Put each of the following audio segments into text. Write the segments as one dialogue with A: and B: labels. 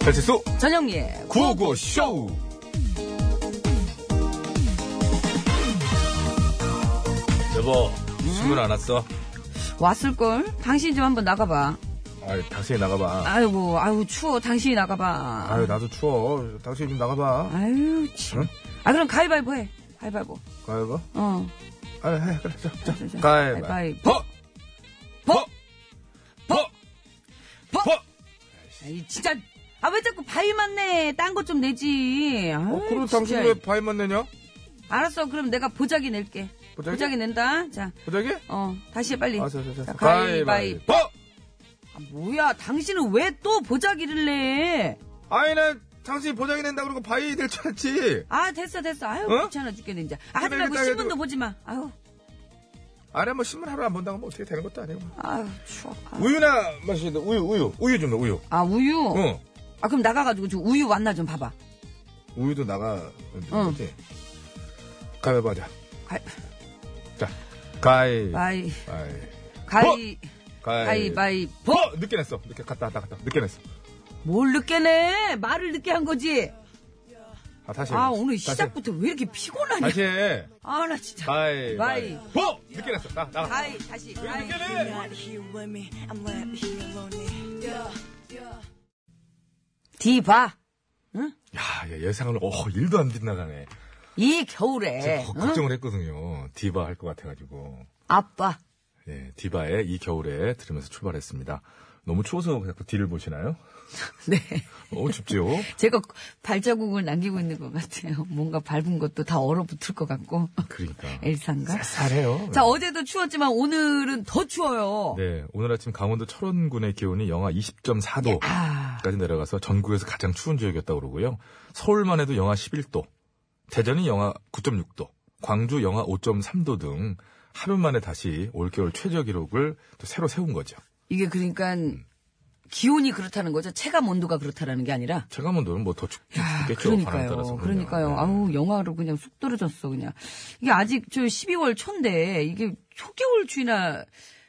A: 배치수
B: 전영미의
A: 구호구호쇼!
C: 여보, 숨을 안 왔어?
B: 왔을걸? 당신 좀 한번 나가봐.
C: 아유, 당신이 나가봐.
B: 아이고, 아이고, 추워. 당신이 나가봐.
C: 아유, 나도 추워. 당신이 좀 나가봐.
B: 아유, 참.
C: 응?
B: 아, 그럼 가위바위보 해. 가위바위보.
C: 가위바위보?
B: 어.
C: 아유, 해, 그래, 자, 자.
B: 자, 자.
C: 가위바위보!
B: 버!
C: 버!
B: 버!
C: 버!
B: 아이, 진짜. 아, 왜 자꾸 바위만 내? 딴 것 좀 내지. 아,
C: 어, 그럼 당신 왜 바위만 내냐?
B: 알았어. 그럼 내가 보자기 낼게.
C: 보자기?
B: 보자기 낸다. 자,
C: 보자기?
B: 어. 다시 해, 빨리.
C: 아, 자, 자, 자.
B: 자, 가위바위보.
C: 가위바위보! 어?
B: 아, 뭐야, 당신은 왜 또 보자기를 내?
C: 아니, 난 당신이 보자기 낸다 그러고 바위 될 줄 알았지.
B: 아, 됐어, 됐어. 아유,
C: 어?
B: 귀찮아 죽겠네, 이제. 아, 하지
C: 그래,
B: 말고
C: 그래, 그래.
B: 신문도 보지 마. 아유,
C: 아래 뭐 신문 하루 안 본다고 뭐 어떻게 되는 것도 아니고.
B: 아유, 추워. 아.
C: 우유나 마시다. 우유, 우유. 우유 좀 넣어, 우유.
B: 아, 우유?
C: 어.
B: 아, 그럼 나가가지고 지금 우유 왔나 좀 봐봐.
C: 우유도 나가. 그지 가위바위보 하자.
B: 가위,
C: 자, 가위.
B: 바이,
C: 가위. 어?
B: 가위,
C: 가위.
B: 가위바위보!
C: 어, 늦게 냈어. 늦게 갔다 갔다 갔다. 늦게 냈어.
B: 뭘 늦게 내? 말을 늦게 한 거지?
C: 아 다시. 해.
B: 아, 오늘
C: 다시 해.
B: 시작부터 왜 이렇게 피곤하냐?
C: 다시 해.
B: 아, 나 진짜.
C: 가위.
B: 바이.
C: 보. 늦게 냈어. 나 나가.
B: 가위, 다시, 가위.
C: 늦게 내.
B: 디바.
C: 야, 야, 예상을 어 일도 안 빗나가네.
B: 이
C: 제가
B: 겨울에.
C: 거-
B: 응?
C: 걱정을 했거든요. 디바 할 것 같아가지고.
B: 아빠.
C: 예, 디바의 이 겨울에 들으면서 출발했습니다. 너무 추워서 자꾸 뒤를 보시나요?
B: 네.
C: 너무 춥지요?
B: 제가 발자국을 남기고 있는 것 같아요. 뭔가 밟은 것도 다 얼어붙을 것 같고.
C: 그러니까.
B: 엘상가?
C: 쌀쌀해요.
B: 자, 어제도 추웠지만 오늘은 더 추워요.
C: 네, 오늘 아침 강원도 철원군의 기온이 영하 20.4도.
B: 아,
C: 까지 내려가서 전국에서 가장 추운 지역이었다고 그러고요. 서울만 해도 영하 11도, 대전이 영하 9.6도, 광주 영하 5.3도 등 하루 만에 다시 올겨울 최저 기록을 또 새로 세운 거죠.
B: 이게 그러니까 기온이 그렇다는 거죠. 체감 온도가 그렇다라는 게 아니라.
C: 체감온도는 뭐 더
B: 아,
C: 춥겠죠. 바람에 따라서
B: 그러니까요.
C: 그러면.
B: 그러니까요.
C: 네.
B: 아우, 영화로 그냥 쑥 떨어졌어, 그냥. 이게 아직 저 12월 초인데, 이게 초겨울 추위나,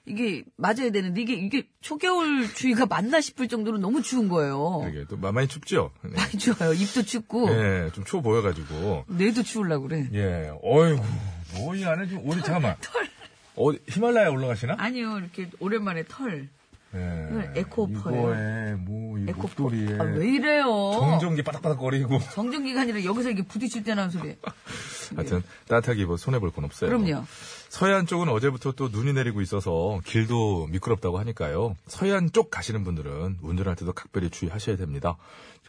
B: 이게 맞아야 되는데, 이게, 이게 초겨울 추위가 맞나 싶을 정도로 너무 추운 거예요.
C: 그러게 또 마- 많이 춥죠. 네.
B: 많이 추워요. 입도 춥고,
C: 예, 좀 추워 보여가지고.
B: 뇌도 추우려고 그래.
C: 예, 어이구, 뭐이 안에 좀 오래 잠깐만. 어 히말라야 올라가시나?
B: 아니요, 이렇게 오랜만에 털.
C: 예.
B: 에코퍼예요.
C: 이거에 뭐이
B: 에코
C: 목도리에
B: 아, 왜 어. 이래요?
C: 정전기 바닥바닥거리고.
B: 정전기가 아니라 여기서 이게 부딪힐 때 나는 소리.
C: 하여튼 따뜻하게 입어 손해볼 건 없어요.
B: 그럼요.
C: 서해안 쪽은 어제부터 또 눈이 내리고 있어서 길도 미끄럽다고 하니까요. 서해안 쪽 가시는 분들은 운전할 때도 각별히 주의하셔야 됩니다.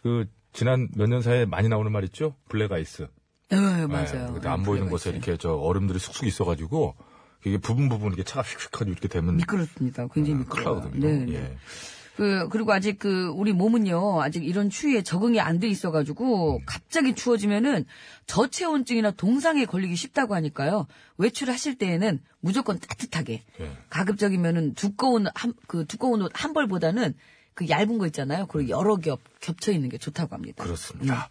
C: 그 지난 몇 년 사이에 많이 나오는 말 있죠? 블랙 아이스.
B: 에,
C: 예,
B: 네, 맞아요. 네,
C: 그때 안 보이는
B: 그래가
C: 곳에
B: 있어요.
C: 이렇게 저 얼음들이 쑥쑥 있어가지고 이게 부분 부분 이렇게 차가 휙휙하고 이렇게 되면
B: 미끄럽습니다. 굉장히 미끄러워요.
C: 클라우드입니다.
B: 네, 네.
C: 예.
B: 그, 그리고 아직 그, 우리 몸은요, 아직 이런 추위에 적응이 안 돼
C: 음.
B: 있어가지고, 갑자기 추워지면은, 저체온증이나 동상에 걸리기 쉽다고 하니까요, 외출하실 때에는 무조건 따뜻하게,
C: 예.
B: 가급적이면은 두꺼운, 한, 그, 두꺼운 옷 한 벌보다는, 그 얇은 거 있잖아요. 그리고 여러 겹, 겹쳐 있는 게 좋다고 합니다.
C: 음. 그렇습니다.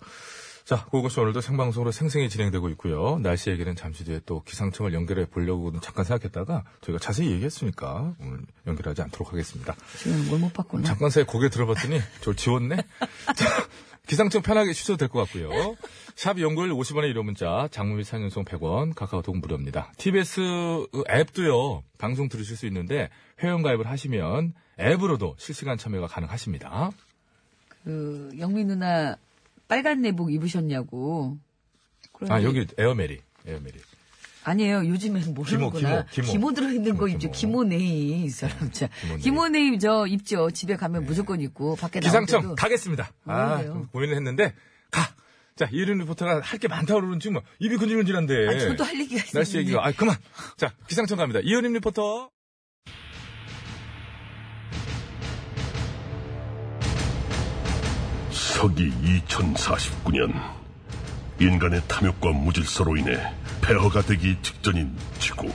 C: 자, 그것이 오늘도 생방송으로 생생히 진행되고 있고요. 날씨 얘기는 잠시 뒤에 또 기상청을 연결해 보려고 잠깐 생각했다가 저희가 자세히 얘기했으니까 오늘 연결하지 않도록 하겠습니다.
B: 음, 지금 뭘못 봤구나.
C: 잠깐 사이 고개 들어봤더니 저 지웠네? 자, 기상청 편하게 쉬셔도 될 것 같고요. 샵 연구일 50원의 유료 문자, 장문비 상연송 100원, 카카오톡 무료입니다. TBS 앱도요, 방송 들으실 수 있는데 회원가입을 하시면 앱으로도 실시간 참여가 가능하십니다. 아,
B: 그, 영미 누나, 빨간 내복 입으셨냐고. 그런데
C: 아, 여기 에어메리, 에어메리.
B: 아니에요. 요즘엔 모르는구나.
C: 기모, 기모.
B: 들어있는 거
C: 기모,
B: 입죠.
C: 기모.
B: 기모네이, 이 사람. 자,
C: 기모네이. 네.
B: 기모네이 저 입죠. 집에 가면 무조건 입고, 밖에
C: 기상청
B: 나올 때도.
C: 가겠습니다. 아,
B: 왜요?
C: 좀 고민을 했는데 가. 자, 이른 리포터가 할 게 많다고 그러는 지금 뭐 입이 근질근질한데.
B: 아니, 저도 할 얘기가 있어요.
C: 네. 날씨 얘기가. 아, 그만. 자, 기상청 갑니다. 이현임 리포터.
D: 서기 2049년 인간의 탐욕과 무질서로 인해 폐허가 되기 직전인 지구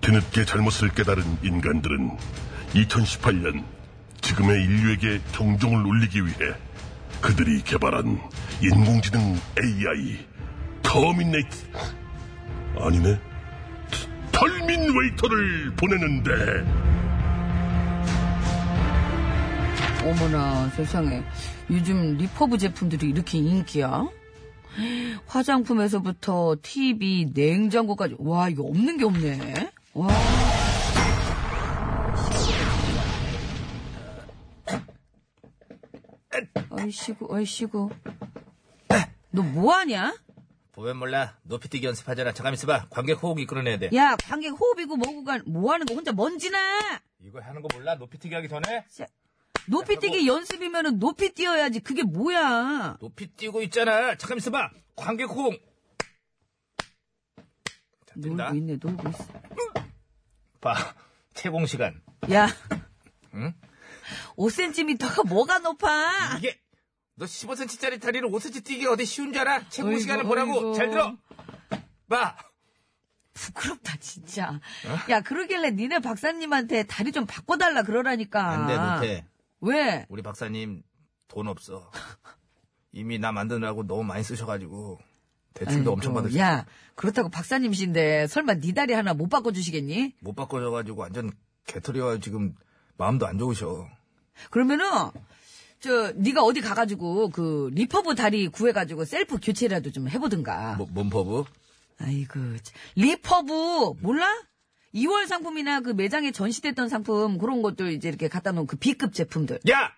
D: 뒤늦게 잘못을 깨달은 인간들은 2018년 지금의 인류에게 경종을 울리기 위해 그들이 개발한 인공지능 AI 터미네이트 아니네 털민웨이터를 보내는데
B: 어머나 세상에 요즘 리퍼브 제품들이 이렇게 인기야? 화장품에서부터 TV, 냉장고까지 와 이거 없는 게 없네. 와. 아이씨구 아이씨구. 너 뭐 하냐?
C: 보면 몰라. 높이뛰기 연습하잖아. 잠깐 있어봐. 관객 호흡 이끌어내야 돼.
B: 야 관객 호흡이고 뭐고 간뭐 하는 거 혼자 먼지나.
C: 이거 하는 거 몰라? 높이뛰기 하기 전에?
B: 높이 뛰기 연습이면은 높이 뛰어야지 그게 뭐야?
C: 높이 뛰고 있잖아. 잠깐 있어봐. 관객 호흡. 자, 뛴다.
B: 놀고 있네 놀고 있어.
C: 봐. 채공 시간.
B: 야.
C: 응?
B: 5cm가 뭐가 높아?
C: 이게 너 15cm짜리 다리를 5cm 뛰기 어디 쉬운 줄 알아? 최고
B: 어이구,
C: 시간을 보라고
B: 어이구.
C: 잘 들어 봐
B: 부끄럽다 진짜.
C: 어?
B: 야 그러길래 니네 박사님한테 다리 좀 바꿔달라 그러라니까.
C: 안돼 못해
B: 왜?
C: 우리 박사님 돈 없어 이미 나 만드느라고 너무 많이 쓰셔가지고 대출도
B: 아이고,
C: 엄청 받으셨어
B: 야 그렇다고 박사님이신데 설마 니 다리 하나 못 바꿔주시겠니?
C: 못 바꿔줘가지고 완전 개털이와 지금 마음도 안 좋으셔
B: 그러면은 저 니가 어디 가가지고 그 리퍼브 다리 구해가지고 셀프 교체라도 좀 해보든가.
C: 뭐, 뭔 퍼브?
B: 아이고 참. 리퍼브 몰라? 2월 상품이나 그 매장에 전시됐던 상품 그런 것들 이제 이렇게 갖다 놓은 그 B급 제품들.
C: 야!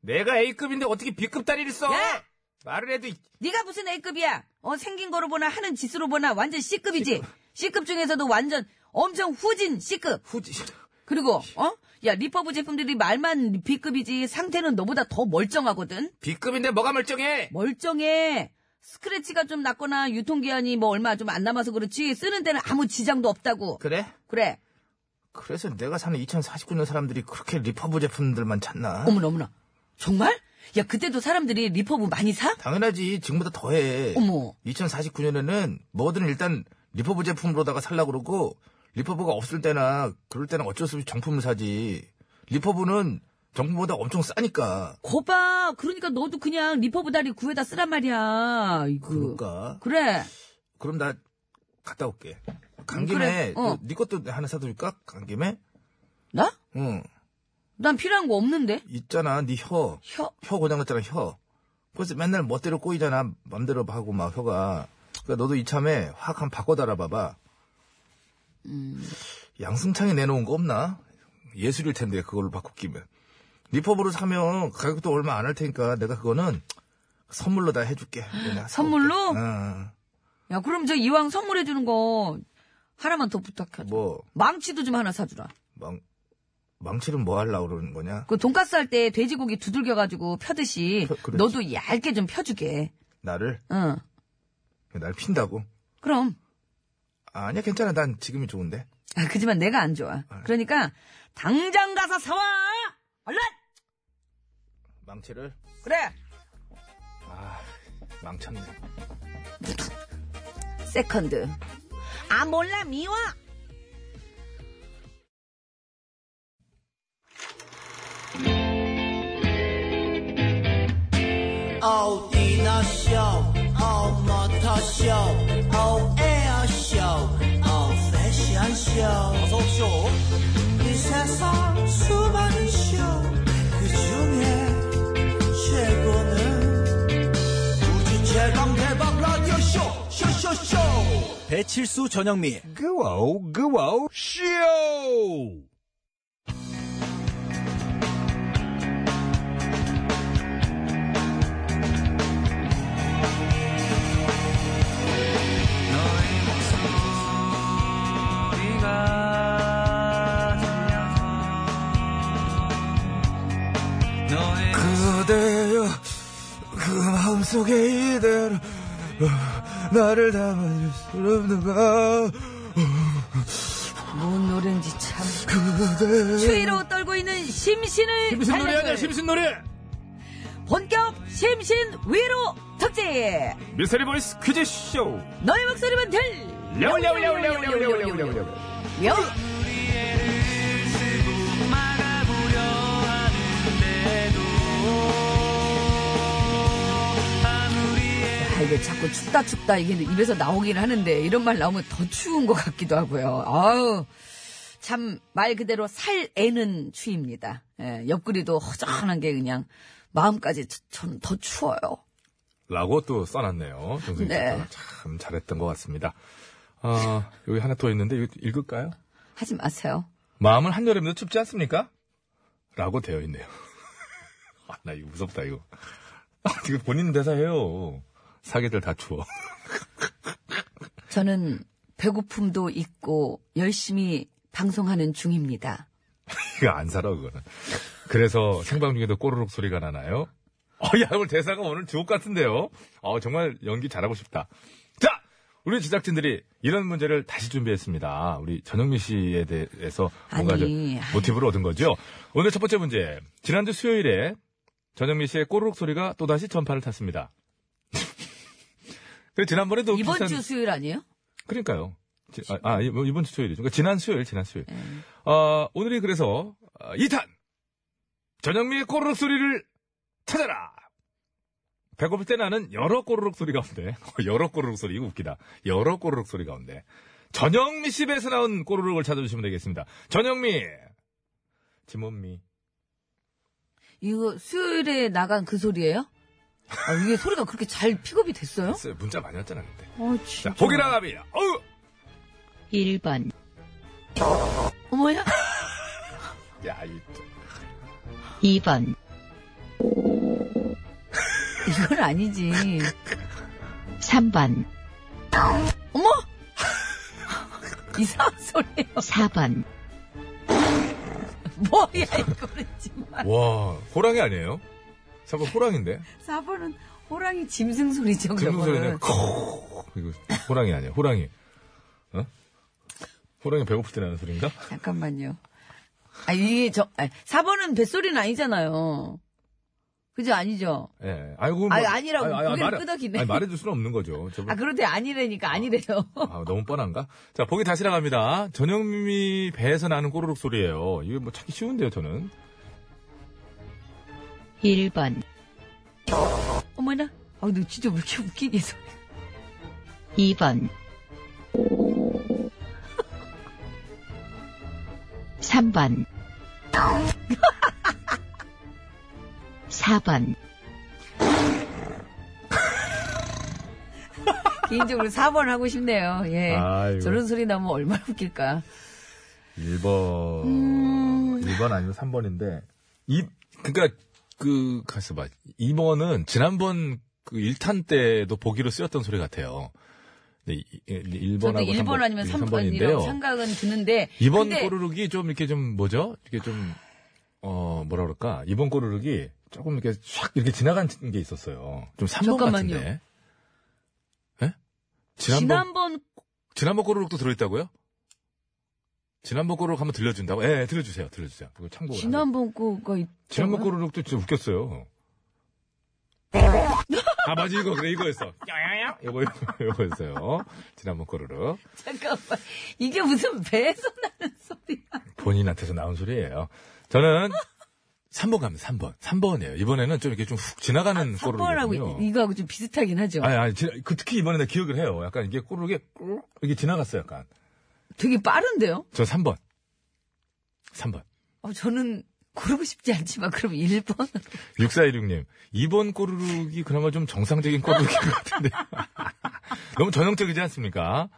C: 내가 A급인데 어떻게 B급 다리를 써?
B: 야!
C: 말을 해도 이-
B: 네가 무슨 A급이야? 어 생긴 거로 보나 하는 짓으로 보나 완전 C급이지. C급 중에서도 완전 엄청 후진 C급.
C: 후지
B: 그리고 어? 야 리퍼브 제품들이 말만 B급이지 상태는 너보다 더 멀쩡하거든.
C: B급인데 뭐가 멀쩡해?
B: 멀쩡해. 스크래치가 좀 났거나 유통기한이 뭐 얼마 좀 안 남아서 그렇지 쓰는 데는 아무 지장도 없다고.
C: 그래?
B: 그래.
C: 그래서 내가 사는 2049년 사람들이 그렇게 리퍼브 제품들만 찾나?
B: 어머나 어머나 정말? 야 그때도 사람들이 리퍼브 많이 사?
C: 당연하지. 지금보다 더해.
B: 어머.
C: 2049년에는 뭐든 일단 리퍼브 제품으로다가 살라고 그러고 리퍼브가 없을 때나 그럴 때는 어쩔 수 없이 정품을 사지. 리퍼브는 정품보다 엄청 싸니까.
B: 거봐 그러니까 너도 그냥 리퍼브 다리 구해다 쓰란 말이야 이거.
C: 그럴까?
B: 그래
C: 그럼 나 갔다 올게. 간
B: 음,
C: 김에
B: 그래. 어.
C: 네 것도 하나 사줄까? 간 김에?
B: 나?
C: 응.
B: 난 필요한 거 없는데
C: 있잖아. 네 혀.
B: 혀
C: 혀 고장났잖아, 혀. 그래서 맨날 멋대로 꼬이잖아, 맘대로 하고 막 혀가. 그러니까 너도 이참에 확 한 바꿔 달아봐봐.
B: 음.
C: 양승창이 내놓은 거 없나? 예술일 텐데, 그걸로 바꿔 끼면. 리퍼브로 사면 가격도 얼마 안 할 테니까 내가 그거는 선물로 다 해줄게. 내가 사올게. 어,
B: 선물로?
C: 응.
B: 야 그럼 저 이왕 선물해 주는 거 하나만 더 부탁해
C: 뭐,
B: 망치도 좀 하나 사주라
C: 망, 망치는 뭐 하려고 그러는 거냐?
B: 그 돈가스 할 때 돼지고기 두들겨 가지고 펴듯이
C: 펴- 그렇지.
B: 너도 얇게 좀 펴주게
C: 나를?
B: 응
C: 날 핀다고?
B: 그럼
C: 아니야, 괜찮아. 난 지금이 좋은데.
B: 아, 그지만 내가 안 좋아 그러니까 당장 가서 사와 얼른
C: 망치를?
B: 그래
C: 아, 망쳤네.
B: 세컨드. 아, 몰라, 미워!
E: 奥迪那秀，奥马他秀，奥 air 秀，奥 fashion 秀，어서 오쇼. 이 세상 수많은 쇼, 그 중에 최고는 우주 최강 대박 라디오 쇼, 쇼쇼쇼. 배칠수 전영미.
C: 그 그대여 그 마음속에 이대로 어, 나를 담아줄 수 없는가 어,
B: 뭔 노래인지 참.
C: 그대
B: 추위로 떨고 있는 심신을.
C: 심슨 노래 아니야
B: 달래줄
C: 심슨 노래
B: 본격 심신 위로 특집!
F: 미스터리 보이스 퀴즈쇼!
B: 너의 목소리만 들!
F: 려울려울려울려울려울려울려울려울
B: 여! 아, 이게 자꾸 춥다 춥다 이게 입에서 나오긴 하는데 이런 말 나오면 더 추운 것 같기도 하고요. 아우 참 말 그대로 살 애는 추입니다. 예, 옆구리도 허전한 게 그냥 마음까지 저는 더 추워요.
C: 라고 또 써놨네요. 정승희
B: 네.
C: 작가가 참 잘했던 것 같습니다. 아, 여기 하나 더 있는데 이거 읽을까요?
B: 하지 마세요.
C: 마음은 한여름에도 춥지 않습니까? 라고 되어 있네요. 아, 나 이거 무섭다, 이거. 아, 이거 본인 대사예요. 사계절 다 추워.
B: 저는 배고픔도 있고 열심히 방송하는 중입니다.
C: 이거 안 살아, 그거는. 그래서 생방 중에도 꼬르륵 소리가 나나요? 어, 야, 오늘 대사가 오늘 주옥 같은데요? 어, 정말 연기 잘하고 싶다. 자! 우리 제작진들이 이런 문제를 다시 준비했습니다. 우리 전영미 씨에 대해서 뭔가
B: 아니,
C: 좀
B: 아이.
C: 모티브를 얻은 거죠. 오늘 첫 번째 문제. 지난주 수요일에 전영미 씨의 꼬르륵 소리가 또다시 전파를 탔습니다. 그리고 지난번에도
B: 이번
C: 비슷한-
B: 주 수요일 아니에요?
C: 그러니까요. 지- 아, 아, 이번 이번 주 수요일이죠. 그러니까 지난 수요일, 지난 수요일.
B: 네.
C: 어, 오늘이 그래서 2탄! 전영미의 꼬르륵 소리를 찾아라! 배고플 때 나는 여러 꼬르륵 소리 가운데, 여러 꼬르륵 소리, 이거 웃기다. 여러 꼬르륵 소리 가운데, 전영미 씨 배에서 나온 꼬르륵을 찾아주시면 되겠습니다. 전영미! 지몬미.
B: 이거 수요일에 나간 그 소리예요? 아, 이게 소리가 그렇게 잘 픽업이 됐어요?
C: 글쎄요, 문자 많이 왔잖아, 그때.
B: 아,
C: 자,
B: 진짜.
C: 보기나 갑니다. 어우!
B: 1번. 뭐야?
C: 야, 이, 또.
F: 2번,
B: 이건 아니지.
F: 3번,
B: 어머! 이상한 소리예요.
F: 4번,
B: 뭐야, 이거는 정말.
C: 와, 호랑이 아니에요? 잠깐 호랑인데?
B: 4번은 호랑이 짐승 소리죠,
C: 들은 그 소리는
B: 저거는.
C: 코 이거 호랑이 아니야 호랑이 어? 호랑이 배고플 때 나는 소리인가?
B: 잠깐만요. 아, 이게 저, 아, 4번은 뱃소리는 아니잖아요. 그죠? 아니죠?
C: 예, 예. 아이고 뭐,
B: 아니, 아니라고. 고개를
C: 말해-
B: 끄덕이네.
C: 아니, 말해줄 수는 없는 거죠. 저분-
B: 아, 그런데 아니라니까 아니래요.
C: 아, 너무 뻔한가? 자 보기 다시 나갑니다. 전영미 배에서 나는 꼬르륵 소리예요. 이게 뭐 찾기 쉬운데요, 저는.
F: 1번,
B: 어머나. 아, 너 진짜 왜 이렇게 웃기니, 소리.
F: 2번, 3번, 4번,
B: 개인적으로 4번 하고 싶네요. 예.
C: 아이고.
B: 저런 소리 나면 얼마나 웃길까.
C: 1번,
B: 음.
C: 1번 아니면 3번인데 이 그러니까 그 가서 봐. 2번은 지난번 그 1탄 때도 보기로 쓰였던 소리 같아요. 네, 1번하고
B: 저도 1번 아니면 3번이라고 생각은 드는데.
C: 이번
B: 근데
C: 꼬르륵이 좀 이렇게 좀 뭐죠? 이렇게 좀, 어, 뭐라 그럴까? 이번 꼬르륵이 조금 이렇게 샥 이렇게 지나간 게 있었어요. 좀 3번
B: 잠깐만요.
C: 같은데. 예? 지난번,
B: 지난번
C: 지난... 번 꼬르륵도 들어있다고요? 지난번 꼬르륵 한번 들려준다고? 예, 예, 들려주세요. 들려주세요. 그거 참고로. 하면-
B: 지난번 거가 있
C: 지난번 꼬르륵도 진짜 웃겼어요. 아, 맞아, 이거, 그래, 이거였어. 야야야. 이거, 이거, 이거였어요. 지난번 꼬르륵.
B: 잠깐만 이게 무슨 배에서 나는 소리야?
C: 본인한테서 나온 소리예요. 저는 3번 갑니다. 3번. 3번이에요. 이번에는 좀 이렇게 좀 훅 지나가는 꼬르륵.
B: 아, 3번하고 이거하고 좀 비슷하긴 하죠.
C: 아니, 아니, 지나- 그 특히 이번에 내가 기억을 해요. 약간 이게 꼬르륵이 꾹 이렇게 지나갔어요, 약간.
B: 되게 빠른데요?
C: 저 3번. 3번.
B: 어, 저는 고르고 싶지 않지만 그럼 1번
C: 6416님. 2번 꼬르륵이 그나마 좀 정상적인 꼬르륵인 것 같은데. 너무 전형적이지 않습니까?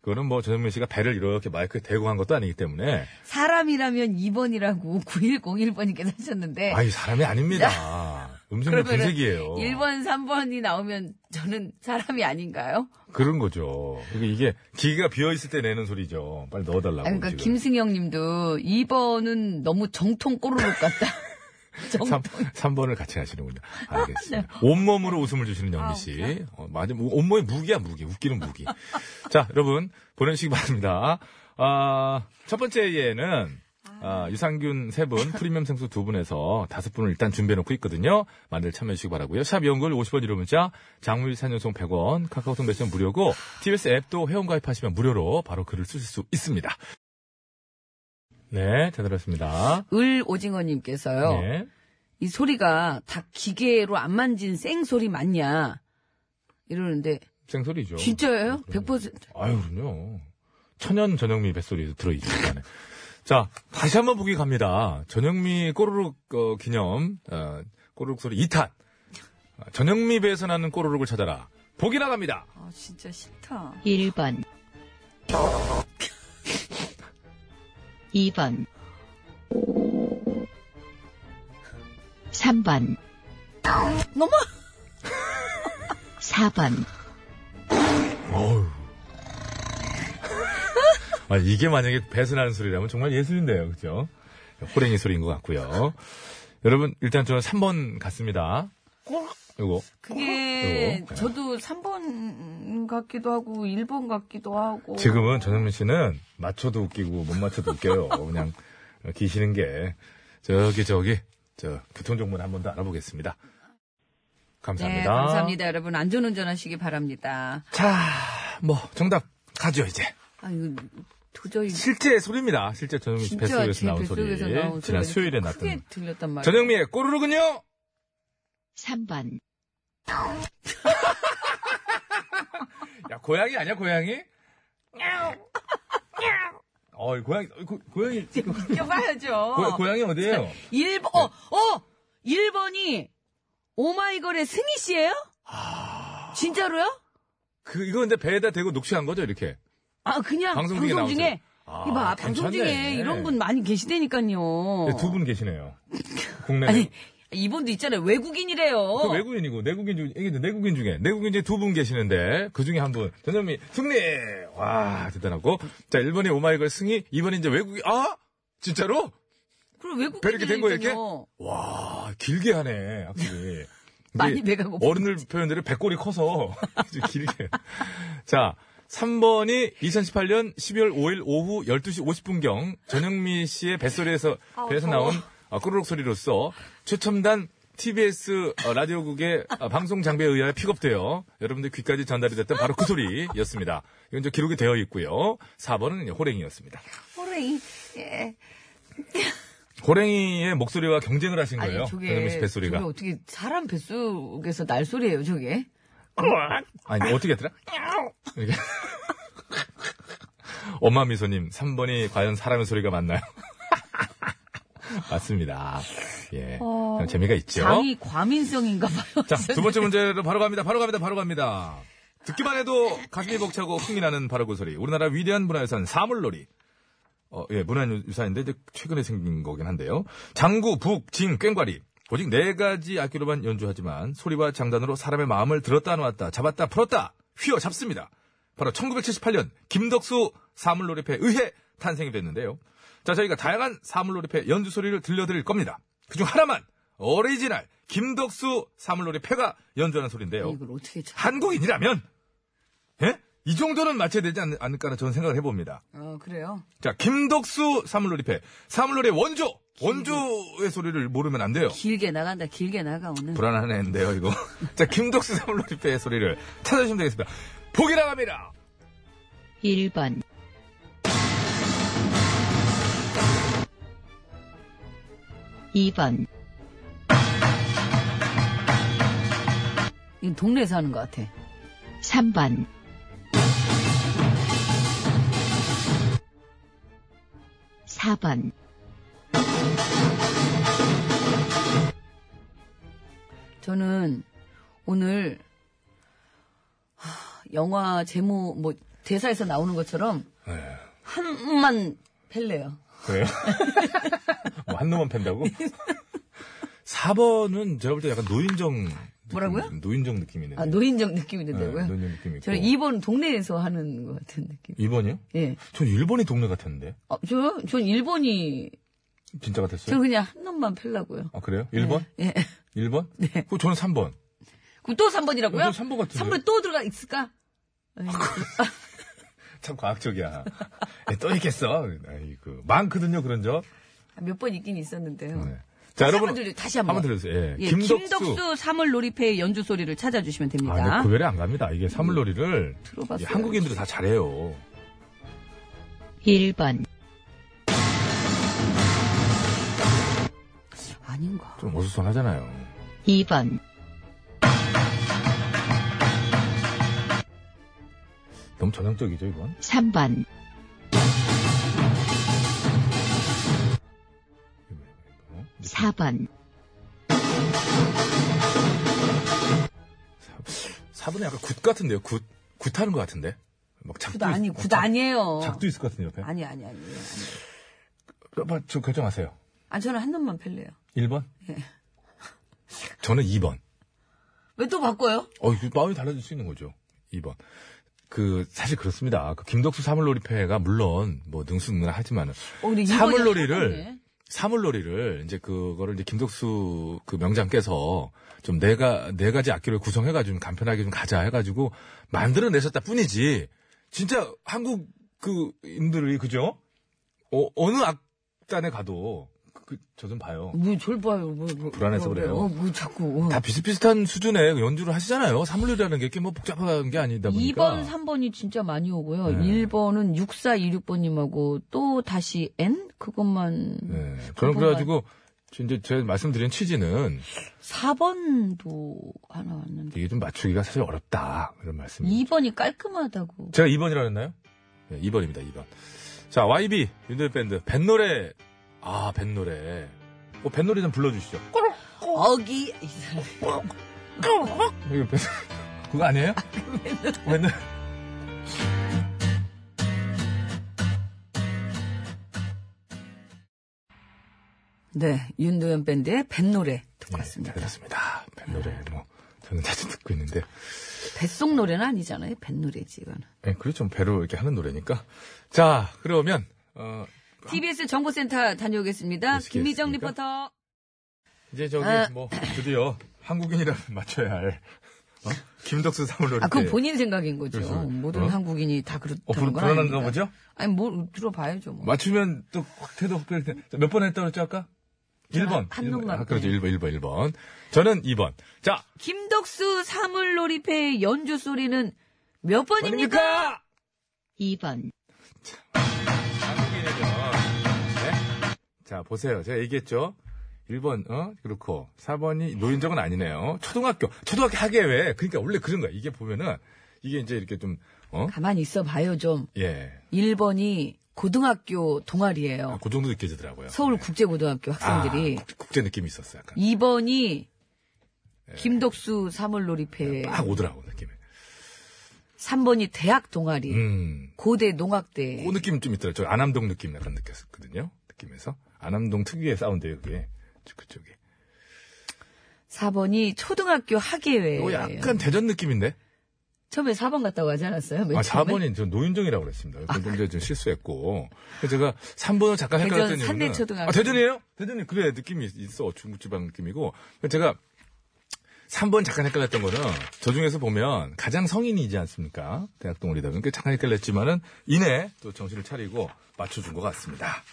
C: 그거는 뭐 전현민 씨가 배를 이렇게 마이크에 대고 한 것도 아니기 때문에.
B: 사람이라면 2번이라고 9101번님께서 하셨는데
C: 아이, 사람이 아닙니다. 음성이 분색이에요.
B: 1번 3번이 나오면 저는 사람이 아닌가요?
C: 그런 거죠. 그러니까 이게 기계가 비어 있을 때 내는 소리죠. 빨리 넣어달라고.
B: 아, 그러니까
C: 지금.
B: 김승영님도 2번은 너무 정통 꼬르륵 같다. 정...
C: 3, 번을 같이 하시는군요. 알겠습니다. 온몸으로 웃음을 주시는 영미 씨. 어, 맞아. 온몸이 무기야, 무기. 웃기는 무기. 자, 여러분, 보내주시기 바랍니다. 아, 첫 번째 예는, 아, 유산균 세분 프리미엄 생수 두분에서 다섯 분을 일단 준비해놓고 있거든요. 많이들 참여해주시기 바라고요 샵 연글 50원 유료 문자, 장물 3년송 100원, 카카오톡 메시지는 무료고, TBS 앱도 회원가입하시면 무료로 바로 글을 쓰실 수 있습니다. 네, 잘 들었습니다.
B: 을 오징어님께서요.
C: 네.
B: 이 소리가 다 기계로 안 만진 생소리 맞냐. 이러는데,
C: 생소리죠.
B: 진짜예요? 100%.
C: 아유, 그럼요. 천연 전영미 뱃소리도 들어있죠. 그 안에. 자, 다시 한번 보기 갑니다. 전영미 꼬르륵 어, 기념, 어, 꼬르륵 소리 2탄. 아, 전영미 배에서 나는 꼬르륵을 찾아라. 보기 나갑니다.
B: 아, 진짜 싫다.
F: 1번 2번 3번
B: 넘어!
F: 4번
C: 어휴. 아, 이게 만약에 배에서 나는 소리라면 정말 예술인데요. 그죠? 호랭이 소리인 것 같고요. 여러분, 일단 저는 3번 갔습니다. 이거.
B: 그게
C: 요거.
B: 저도 3번 같기도 하고 1번 같기도 하고
C: 지금은 전영민 씨는 맞춰도 웃기고 못 맞춰도 웃겨요. 그냥 기시는 게 저기 저기 저 교통 정보는 한 번 더 알아보겠습니다. 감사합니다.
B: 네, 감사합니다. 여러분 안전운전 하시기 바랍니다.
C: 자, 뭐 정답 가죠 이제.
B: 아 이거 도저히
C: 실제 소리입니다. 실제 전영민 씨
B: 진짜
C: 뱃속에서
B: 제
C: 나온 소리.
B: 뱃속에서 나온
C: 지난
B: 소리가
C: 수요일에
B: 크게
C: 났던
B: 들렸단 말이에요.
C: 전영미의 꼬르륵은요.
F: 3번
C: 야 고양이 아니야 고양이? 어, 고양이 고, 고양이
B: 이겨봐야죠.
C: 고, 네. 고양이 어디에요?
B: 1번 어, 어 1번이 오마이걸의 승희 씨예요?
C: 아.
B: 진짜로요?
C: 그 이거 근데 배에다 대고 녹취한 거죠 이렇게.
B: 아 그냥
C: 방송
B: 방송
C: 중에
B: 중에,
C: 나온 소리. 아,
B: 이봐 방송 중에
C: 괜찮네.
B: 이런 분 많이 계시다니까요.
C: 예, 두 분 계시네요. 국내
B: 어. 아니 어. 이분도 있잖아요 외국인이래요.
C: 그 외국인이고 내국인 중에 얘기했는데 내국인 중에 내국인 중에 두 분 계시는데 그 중에 한 분 전현미 승리 와 대단하고 자 1번이 오마이걸 승리 2번이 이제 외국인 아 진짜로
B: 그럼 외국인이
C: 이렇게 된 거예요, 이렇게? 와 아, 길게 하네 확실히 이게
B: 많이 배가 고파.
C: 어른들 표현대로 배꼽이 커서 아주 길게 자 3번이 2018년 12월 5일 오후 12시 50분경 전영미 씨의 뱃소리에서 배에서 나온 아, 꼬르륵 소리로서 최첨단 TBS 어, 라디오국의 아, 방송 장비에 의하여 픽업되어 여러분들 귀까지 전달이 됐던 바로 그 소리였습니다. 이건 이제 기록이 되어 있고요. 4번은 호랭이였습니다.
B: 호랭이. 예.
C: 호랭이의 목소리와 경쟁을 하신 거예요.
B: 아니
C: 전영미 씨
B: 저게
C: 뱃소리가.
B: 저게 어떻게 사람 뱃속에서 날 소리예요 저게?
C: 아니, 어떻게 했더라? 이렇게. 엄마 미소님, 3번이 과연 사람의 소리가 맞나요? 맞습니다. 예.
B: 어,
C: 그냥 재미가 있죠.
B: 장이 과민성인가 봐요.
C: 자, 두 번째 문제로 바로 갑니다. 바로 갑니다. 바로 갑니다. 듣기만 해도 가슴이 벅차고 흥이 나는 바로 그 소리. 우리나라 위대한 문화유산 사물놀이. 어, 예, 문화유산인데 이제 최근에 생긴 거긴 한데요. 장구, 북, 진, 꽹과리. 오직 네 가지 악기로만 연주하지만 소리와 장단으로 사람의 마음을 들었다 놨다 잡았다 풀었다 휘어 잡습니다. 바로 1978년 김덕수 사물놀이패에 의해 탄생이 됐는데요. 자, 저희가 다양한 사물놀이패 연주 소리를 들려드릴 겁니다. 그중 하나만 오리지널 김덕수 사물놀이패가 연주하는 소리인데요.
B: 이걸 어떻게 참?
C: 한국인이라면 예? 이 정도는 맞춰야 되지 않- 않을까라는 저는 생각을 해봅니다.
B: 어 그래요.
C: 자, 김덕수 사물놀이패. 사물놀이 원조! 원조의 소리를 모르면 안 돼요.
B: 길게 나간다 길게 나가 오늘.
C: 불안한 애인데요, 이거. 자, 김덕수 사물놀이패의 소리를 찾아주시면 되겠습니다. 보기 나갑니다!
F: 1번 2번
B: 이건 동네에서 하는 것 같아.
F: 3번 4번
B: 저는 오늘 하, 영화 제목 뭐 대사에서 나오는 것처럼
C: 네.
B: 한만 펠래요.
C: 그래요? 뭐, 한 놈만 팬다고? 4번은 제가 볼 때 약간 노인정. 느낌,
B: 뭐라고요?
C: 노인정 느낌이네요.
B: 아 노인정 느낌이
C: 네,
B: 든다고요?
C: 노인정 느낌 있고.
B: 저는 2번 동네에서 하는 것 같은 느낌.
C: 2번이요?
B: 예.
C: 전 1번이 동네 같았는데.
B: 어, 저, 전 1번이,
C: 진짜 같았어요?
B: 저는 그냥 한 놈만 펴려고요.
C: 아, 그래요? 1번?
B: 예.
C: 1번? 네. 그 저는 3번.
B: 그럼 또 3번이라고요?
C: 어, 저 3번 같은데.
B: 번에또 들어가 있을까?
C: 참 과학적이야. 예, 또 있겠어. 아이고. 많거든요, 그런 적.
B: 몇 번 있긴 있었는데요.
C: 네. 자,
B: 다시
C: 여러분.
B: 한번 들려, 다시 한 번.
C: 한번 들려주세요. 예.
B: 예,
C: 김덕수.
B: 김덕수 사물놀이패의 연주 소리를 찾아주시면
C: 아, 근데
B: 됩니다.
C: 구별이 안 갑니다. 이게 사물놀이를. 이게
B: 들어봤어요.
C: 한국인들이 다 잘해요.
F: 1번
B: 아닌가.
C: 좀 어수선하잖아요.
F: 2번
C: 너무 전형적이죠, 이건?
F: 3번 4번,
C: 4번은 약간 굿 같은데요. 굿. 굿하는 것 같은데. 막 작두.
B: 굿 아니,
C: 있-
B: 굿 아니에요.
C: 작두 있을 것 같은데, 옆에.
B: 아니, 아니, 아니. 아니.
C: 어, 저 결정하세요.
B: 아, 저는 한 놈만 펠래요.
C: 1번?
B: 예.
C: 저는 2번.
B: 왜 또 바꿔요?
C: 어, 이거 마음이 달라질 수 있는 거죠. 2번. 그, 사실 그렇습니다. 그 김덕수 사물놀이패가 물론, 뭐, 능수능란 하지만은,
B: 어, 예. 근데 이번에
C: 사물놀이를,
B: 하겠네.
C: 사물놀이를, 이제 그거를 이제 김덕수 그 명장께서 좀 내가, 네 가지 악기를 구성해가지고 좀 간편하게 좀 가자 해가지고 만들어내셨다 뿐이지, 진짜 한국 그, 인들이, 그죠? 어, 어느 악단에 가도, 그, 저 좀 봐요.
B: 뭐, 졸 봐요. 뭐, 뭐,
C: 불안해서
B: 뭐,
C: 그래요.
B: 뭐, 어, 뭐, 자꾸. 어.
C: 다 비슷비슷한 수준의 연주를 하시잖아요. 사물놀이라는 게 뭐 복잡한 게 아니다 보니까.
B: 2번, 3번이 진짜 많이 오고요.
C: 네.
B: 1번은 6426번님하고 또 다시 N? 그것만.
C: 네. 저는 그래가지고 이제 제가 말씀드린 취지는
B: 4번도 하나 왔는데.
C: 이게 좀 맞추기가 사실 어렵다 이런 말씀. 이...
B: 2번이 깔끔하다고.
C: 제가 2번이라 했나요? 네, 2번입니다. 2번. 자 YB 윤도현 밴드 뱃노래 아 뱃노래 어, 뱃노래 좀 불러주시죠.
B: 어기. 이 사람.
C: 이거 뱃- 그거 아니에요? 뱃노래.
B: 네. 윤도현 밴드의 뱃노래 듣고
C: 네,
B: 왔습니다.
C: 잘 들었습니다. 뱃노래 뭐 저는 자주 듣고 있는데
B: 뱃속 노래는 아니잖아요. 뱃노래지, 이거는.
C: 예, 그렇죠. 배로 이렇게 하는 노래니까. 자 그러면 어,
B: TBS 정보센터 다녀오겠습니다.
C: 어떻게
B: 김미정
C: 했습니까?
B: 리포터.
C: 이제 저기
B: 아.
C: 뭐 드디어 한국인이라면 맞춰야 할 어? 김덕수 사물놀이
B: 아, 그건
C: 때.
B: 본인 생각인 거죠.
C: 그래서,
B: 모든
C: 어?
B: 한국인이 다
C: 어,
B: 그렇다는
C: 불,
B: 건
C: 불안한가
B: 아닙니다.
C: 보죠?
B: 아니, 뭐, 들어봐야죠, 뭐.
C: 맞추면 또 확 태도 확 변할 텐데. 몇번 했다고 그랬죠, 아까? 1번.
B: 한 놈만
C: 아, 그렇죠.
B: 빼요.
C: 1번, 1번, 1번. 저는 2번. 자,
B: 김덕수 사물놀이패의 연주 소리는 몇 번입니까?
C: 아닙니까?
F: 2번,
C: 한국인이죠. 네? 자, 보세요. 제가 얘기했죠. 1번, 어? 그렇고. 4번이 노인정은 아니네요. 초등학교. 초등학교 학예회. 그러니까 원래 그런 거야. 이게 보면은, 이게 이제 이렇게 좀, 어?
B: 가만히 있어 봐요, 좀.
C: 예.
B: 1번이 고등학교 동아리예요.
C: 아, 그 정도 느껴지더라고요.
B: 서울
C: 네.
B: 국제고등학교 학생들이.
C: 아, 국- 국제 느낌이 있었어요. 약간.
B: 2번이
C: 예.
B: 김덕수 사물놀이패.
C: 막 오더라고, 느낌이.
B: 3번이 대학 동아리.
C: 음.
B: 고대 농학대.
C: 그 느낌 좀 있더라고요. 저 안암동 느낌 약간 느꼈거든요. 느낌에서. 안암동 특유의 사운드예요, 그게. 저- 그쪽에.
B: 4번이 초등학교 학예회예요.
C: 이거 어, 약간 대전 느낌인데?
B: 처음에 4번 갔다고 하지 않았어요? 맨
C: 아,
B: 처음에?
C: 4번이 저 노윤정이라고 그랬습니다. 근데 좀 실수했고. 그래서 제가 3번을 잠깐
B: 아, 대전
C: 헷갈렸던 이유는.
B: 산내초등학교.
C: 아, 대전이에요? 대전이 그래, 느낌이 있어. 중국지방 느낌이고. 제가 3번 잠깐 헷갈렸던 거는 저 중에서 보면 가장 성인이지 않습니까? 대학 동아리다 보니까 잠깐 헷갈렸지만은 이내 또 정신을 차리고 맞춰준 것 같습니다.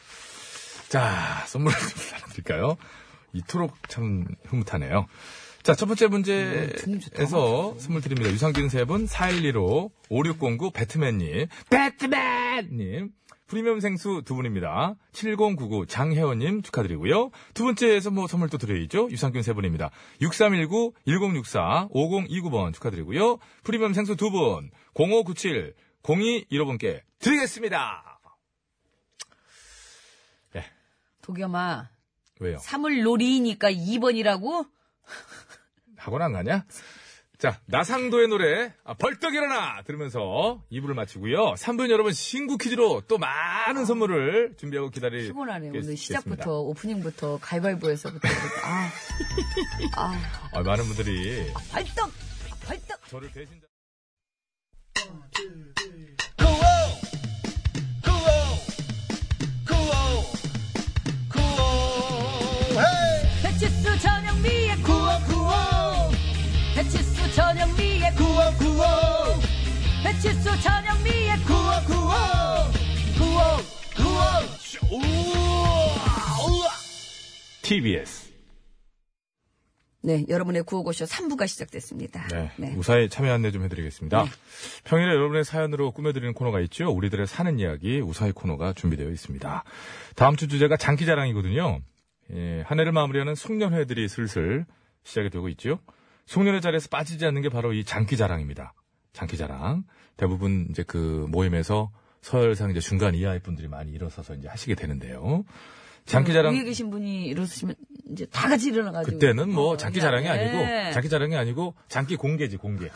C: 자, 선물을 좀 나눠드릴까요? 이토록 참 흐뭇하네요. 자, 첫 번째 문제에서 선물 드립니다. 유상균 세 분, 4115, 5609, 배트맨님, 배트맨님, 프리미엄 생수 두 분입니다. 7099, 장혜원님 축하드리고요. 두 번째에서 뭐 선물 또 드려야죠. 유상균 세 분입니다. 6319, 1064, 5029번 축하드리고요. 프리미엄 생수 두 분, 0597, 0215분께 드리겠습니다.
B: 도겸아,
C: 왜요?
B: 사물놀이니까 2번이라고?
C: 예, 학원 안 가냐? 자, 나상도의 노래, 아, 벌떡 일어나! 들으면서 2부를 마치고요. 3분 여러분 신구 퀴즈로 또 많은 선물을 준비하고 기다리겠습니다.
B: 피곤하네. 오늘 시작부터, 오프닝부터, 가위바위보에서부터. 아,
C: 아, 많은 분들이
B: 발떡! 발떡!
C: 저를 배신자.
B: 배치수 전영미의 구호 구호 배치수 전영미의 구호 구호 배치수 전영미의 구호
C: TBS.
B: 네, 여러분의 구호고쇼 3부가 시작됐습니다.
C: 네,
B: 네.
C: 무사히 참여 안내 좀 해드리겠습니다. 평일에 여러분의 사연으로 꾸며드리는 코너가 있죠. 우리들의 사는 이야기 우사히 코너가 준비되어 있습니다. 다음 주 주제가 장기자랑이거든요. 예, 한 해를 마무리하는 송년회들이 슬슬 시작이 되고 있죠. 송년회 자리에서 빠지지 않는 게 바로 이 장기자랑입니다. 장기자랑. 대부분 이제 그 모임에서 서열상 이제
B: 그
C: 중간 이하의 분들이 많이 일어서서 이제 하시게 되는데요. 장기자랑.
B: 위에 계신 분이 이러시면 이제 다 같이 일어나가지고.
C: 그때는 뭐
B: 어,
C: 장기
B: 네.
C: 자랑이
B: 네.
C: 아니고 장기 자랑이 아니고 장기 공개지 공개.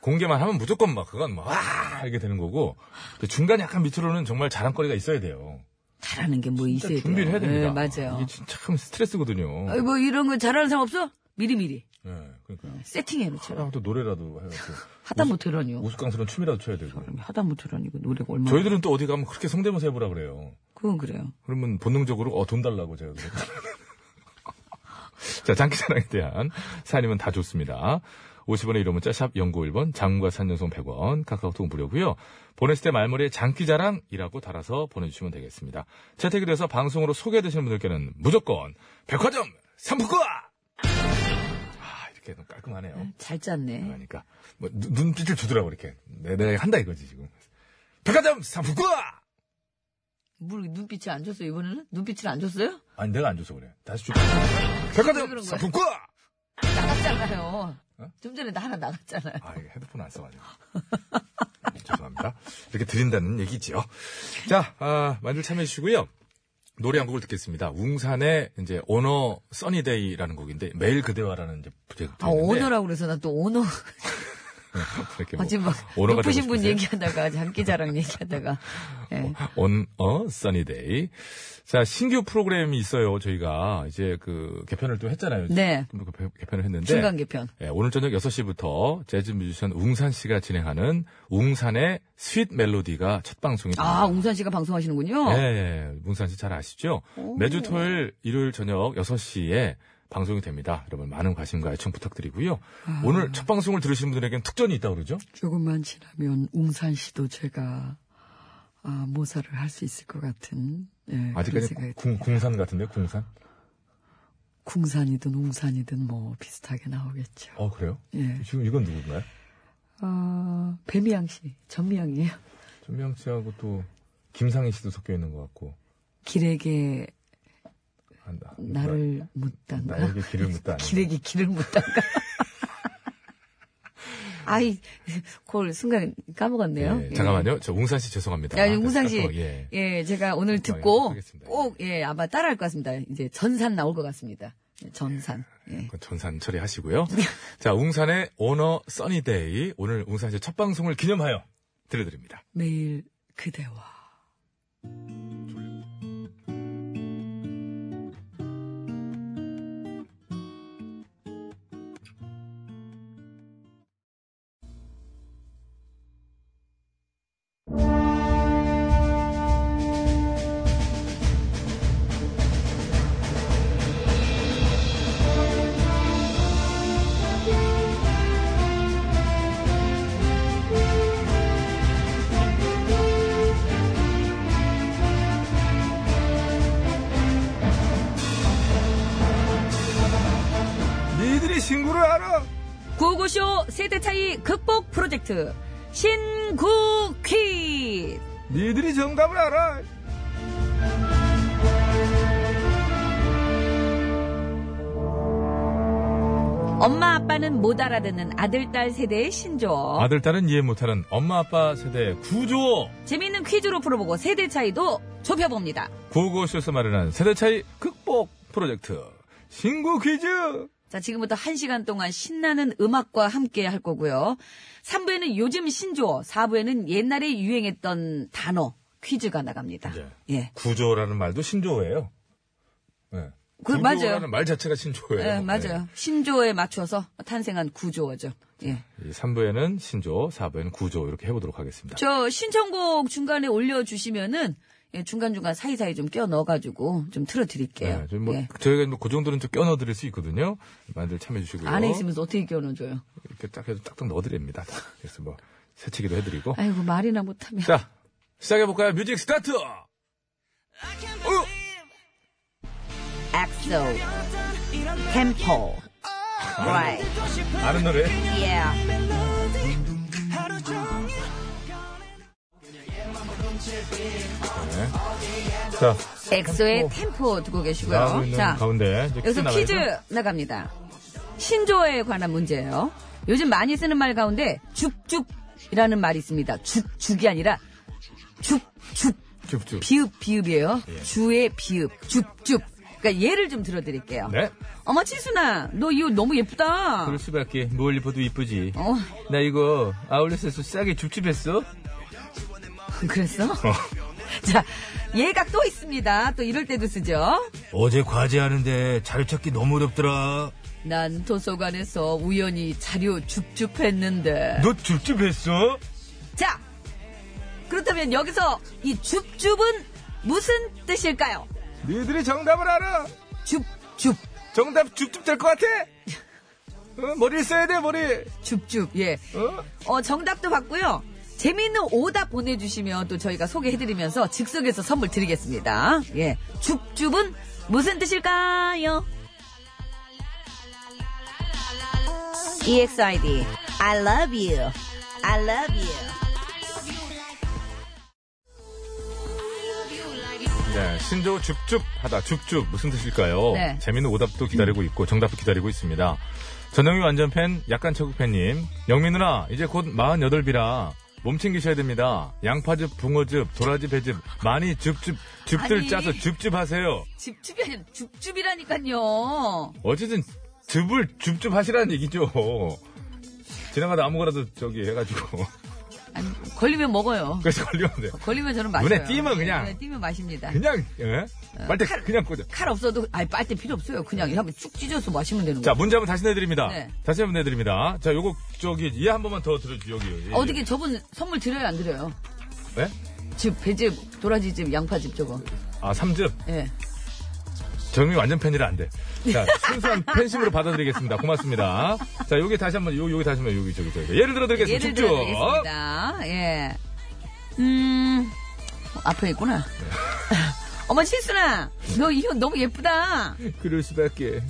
C: 공개만 하면 무조건 막 그건 막 아! 이렇게 되는 거고 근데 중간에 약간 밑으로는 정말 자랑거리가 있어야 돼요.
B: 잘하는 게 뭐 있어야 돼요.
C: 준비를 해야 됩니다.
B: 네, 맞아요.
C: 이게 진짜 참 스트레스거든요.
B: 아이, 뭐 이런 거 잘하는 사람 없어? 미리미리
C: 예, 그러니까
B: 세팅해 놓자.
C: 그냥 또 노래라도 해갖고
B: 하다못해 이러니요.
C: 우스꽝스러운 춤이라도 춰야 되고.
B: 하다못해 이러니까 노래가 얼마나.
C: 저희들은 또 어디 가면 그렇게 성대모사 해보라 그래요.
B: 그건 그래요.
C: 그러면 본능적으로 어 돈 달라고 제가 그래요. 자 장기자랑에 대한 사연이면 다 좋습니다. 50원의 이름 문자 샵 0951번 장과 산연송 100원 카카오톡 무료고요. 보냈을 때 말머리에 장기자랑이라고 달아서 보내주시면 되겠습니다. 채택이 돼서 방송으로 소개되시는 분들께는 무조건 백화점 상품권! 아 이렇게 너무 깔끔하네요.
B: 잘 짰네.
C: 그러니까 뭐 눈- 눈빛을 주더라고 이렇게 내, 내가 한다 이거지 지금. 백화점 상품권!
B: 물 눈빛이 안 줬어요 이번에는? 눈빛을 안 줬어요?
C: 아니 내가 안 줘서 그래. 다시 줄게. 백화점
B: 그런 거야?
C: 상품권!
B: 나갔잖아요.
C: 어?
B: 좀 전에 나 하나 나갔잖아요.
C: 아, 이거 헤드폰 안 써가지고. 죄송합니다. 이렇게 드린다는 얘기지요. 자, 아, 많이들 참여해주시고요. 노래 한 곡을 듣겠습니다. 웅산의 이제 오너 써니데이라는 곡인데 매일 그대와라는 이제 제가
B: 아, 오너라고 그래서 나 또 오너.
C: 이렇게
B: 아, 지금 막
C: 뭐, 오너가
B: 높으신
C: 되고 싶으세요?
B: 분
C: 어.
B: 얘기하다가 장기자랑 얘기하다가. 예.
C: 온, 어, 써니데이. 자, 신규 프로그램이 있어요. 저희가 이제 그 개편을 또 했잖아요.
B: 네.
C: 좀 개- 개편을 했는데.
B: 중간 개편.
C: 예, 오늘 저녁 6시부터 재즈 뮤지션 웅산 씨가 진행하는 웅산의 스윗 멜로디가 첫 방송이 됩니다.
B: 아, 웅산 씨가 방송하시는군요.
C: 예, 예. 문산 씨 잘 아시죠? 매주 토요일, 일요일 저녁 6시에 방송이 됩니다. 여러분 많은 관심과 애청 부탁드리고요.
B: 아.
C: 오늘 첫 방송을 들으신 분들에게는 특전이 있다고 그러죠?
B: 조금만 지나면 웅산 씨도 제가 아, 모사를 할 수 있을 것 같은 예, 그런
C: 아직까지
B: 생각이
C: 궁, 궁산 같은데요, 궁산?
B: 궁산이든 웅산이든 뭐 비슷하게 나오겠죠.
C: 어, 그래요?
B: 예.
C: 지금 이건 누군가요?
B: 아, 배미양 씨, 전미양이에요.
C: 전명 씨하고 또 김상희 씨도 섞여 있는 것 같고.
B: 길에게
C: 아, 나-
B: 나를 묻단가.
C: 나에게 길을 묻다 아니에요?
B: 길에게 길을 묻단가. 아이, 그걸 순간 까먹었네요.
C: 예,
B: 예.
C: 잠깐만요. 저 웅산 씨 죄송합니다.
B: 야, 웅상 씨.
C: 어, 예.
B: 예, 제가 오늘
C: 죄송해요.
B: 듣고
C: 하겠습니다.
B: 꼭, 예, 아마 따라할 것 같습니다. 이제 전산 나올 것 같습니다. 전산. 예.
C: 그건 전산 처리하시고요. 자, 웅산의 오너 써니데이. 오늘 웅산 씨 첫 방송을 기념하여 들려드립니다.
B: 매일 그대와.
C: 니들이 신고를 알아!
B: 구호고쇼 세대 차이 극복 프로젝트. 신구 퀴즈.
C: 니들이 정답을 알아.
B: 엄마 아빠는 못 알아듣는 아들 딸 세대의 신조어.
C: 아들, 딸은 이해 못하는 엄마, 아빠 세대 구조.
B: 재미있는 퀴즈로 풀어보고 세대 차이도 좁혀봅니다.
C: 고고쇼에서 마련한 세대 차이 극복 프로젝트. 신고 퀴즈!
B: 자, 지금부터 한시간 동안 신나는 음악과 함께 할 거고요. 3부에는 요즘 신조어, 4부에는 옛날에 유행했던 단어 퀴즈가 나갑니다.
C: 네.
B: 예.
C: 구조라는 말도 신조어예요. 네.
B: 그,
C: 구조라는
B: 맞아요.
C: 말 자체가 신조어예요. 네.
B: 예, 맞아요. 신조어에 맞춰서 탄생한 구조어죠. 예.
C: 네. 3부에는 신조, 4부에는 구조 이렇게 해보도록 하겠습니다.
B: 저 신청곡 중간에 올려주시면은 예, 중간중간 사이사이 좀 끼워 넣어가지고 좀 틀어드릴게요.
C: 네, 좀 뭐,
B: 예.
C: 저희가 뭐그 정도는 좀 껴넣어드릴 수 있거든요. 많이들 참여해주시고요.
B: 안에 있으면서 어떻게 끼워 넣어줘요?
C: 이렇게 딱 해서 딱딱 넣어드립니다. 그래서 뭐, 세치기도 해드리고.
B: 아이고, 말이나 못하면.
C: 자, 시작해볼까요? 뮤직 스타트!
B: 엑소, 템포, 라이,
C: 아는 노래?
B: 예.
C: 네. 자, 뭐
B: 엑소의 템포 듣고
C: 나오고
B: 계시고요.
C: 있는
B: 자,
C: 가운데 이제
B: 여기서
C: 나가야죠?
B: 퀴즈 나갑니다. 신조어에 관한 문제예요. 요즘 많이 쓰는 말 가운데 죽죽이라는 말이 있습니다. 죽죽이 아니라 죽죽
C: 줍줍. 예.
B: 비읍 비읍이에요. 주의 비읍 죽죽. 그러니까 예를 좀 들어드릴게요.
C: 네.
B: 어머 치순아, 너 이거 너무 예쁘다.
C: 그럴 수밖에. 뭘 입어도 이쁘지.
B: 어,
C: 나 이거 아울렛에서 싸게 줍줍했어.
B: 그랬어? 자, 예가 또 있습니다. 또 이럴 때도 쓰죠.
A: 어제 과제하는데 자료 찾기 너무 어렵더라.
B: 난 도서관에서 우연히 자료 줍줍했는데.
C: 너 줍줍했어?
B: 자, 그렇다면 여기서 이 줍줍은 무슨 뜻일까요?
C: 너희들이 정답을 알아.
B: 줍줍,
C: 정답 줍줍 될 것 같아. 어, 머리를 써야 돼 머리.
B: 줍줍, 예.
C: 어?
B: 어, 정답도 봤고요. 재미있는 오답 보내주시면 또 저희가 소개해드리면서 즉석에서 선물 드리겠습니다. 예. 줍줍은 무슨 뜻일까요? EXID, E I love you. I love you.
C: 네, 신조 줍줍하다. 줍줍 무슨 뜻일까요?
B: 네.
C: 재밌는 오답도 기다리고 있고 정답도 기다리고 있습니다. 전영미 완전 팬, 약간 체국 팬님, 영미 누나 이제 곧 48비라 몸 챙기셔야 됩니다. 양파즙, 붕어즙, 도라지 배즙 많이 줍줍 줍들
B: 아니.
C: 짜서 줍줍하세요.
B: 집줍이 아니라 줍줍이라니까요.
C: 어쨌든 즙을 줍줍 하시라는 얘기죠. 지나가다 아무거나도 저기 해가지고
B: 아니, 걸리면 먹어요.
C: 그래서 걸리면 안 돼요.
B: 걸리면 저는 마셔요. 예,
C: 눈에 띄면 그냥.
B: 눈에 띄면 마십니다.
C: 그냥 예? 말대 그냥 꽂아.
B: 어, 칼 없어도 아예 빨대 필요 없어요. 그냥 이렇게 하면 쭉 찢어서 마시면 되는
C: 자
B: 거예요.
C: 문제 한번 다시 내드립니다.
B: 네.
C: 다시 한번 내드립니다. 자 요거 저기 이해 한 번만 더 들어주 여기. 예, 여기.
B: 어떻게 저분 선물 드려요 안 드려요?
C: 네?
B: 집 배즙 도라지즙 양파즙 저거.
C: 아, 삼즙.
B: 예.
C: 정이 완전 팬이라 안 돼. 자, 순수한 팬심으로 받아들이겠습니다. 고맙습니다. 자, 여기 다시 한 번, 요, 여기 다시 한 번, 여기, 저기, 저기. 예를 들어 드리겠습니다.
B: 예를
C: 줍줍.
B: 들어드리겠습니다. 예. 음 어, 앞에 있구나. 어머 실순아, 너 이거 너무 예쁘다.
C: 그럴 수밖에.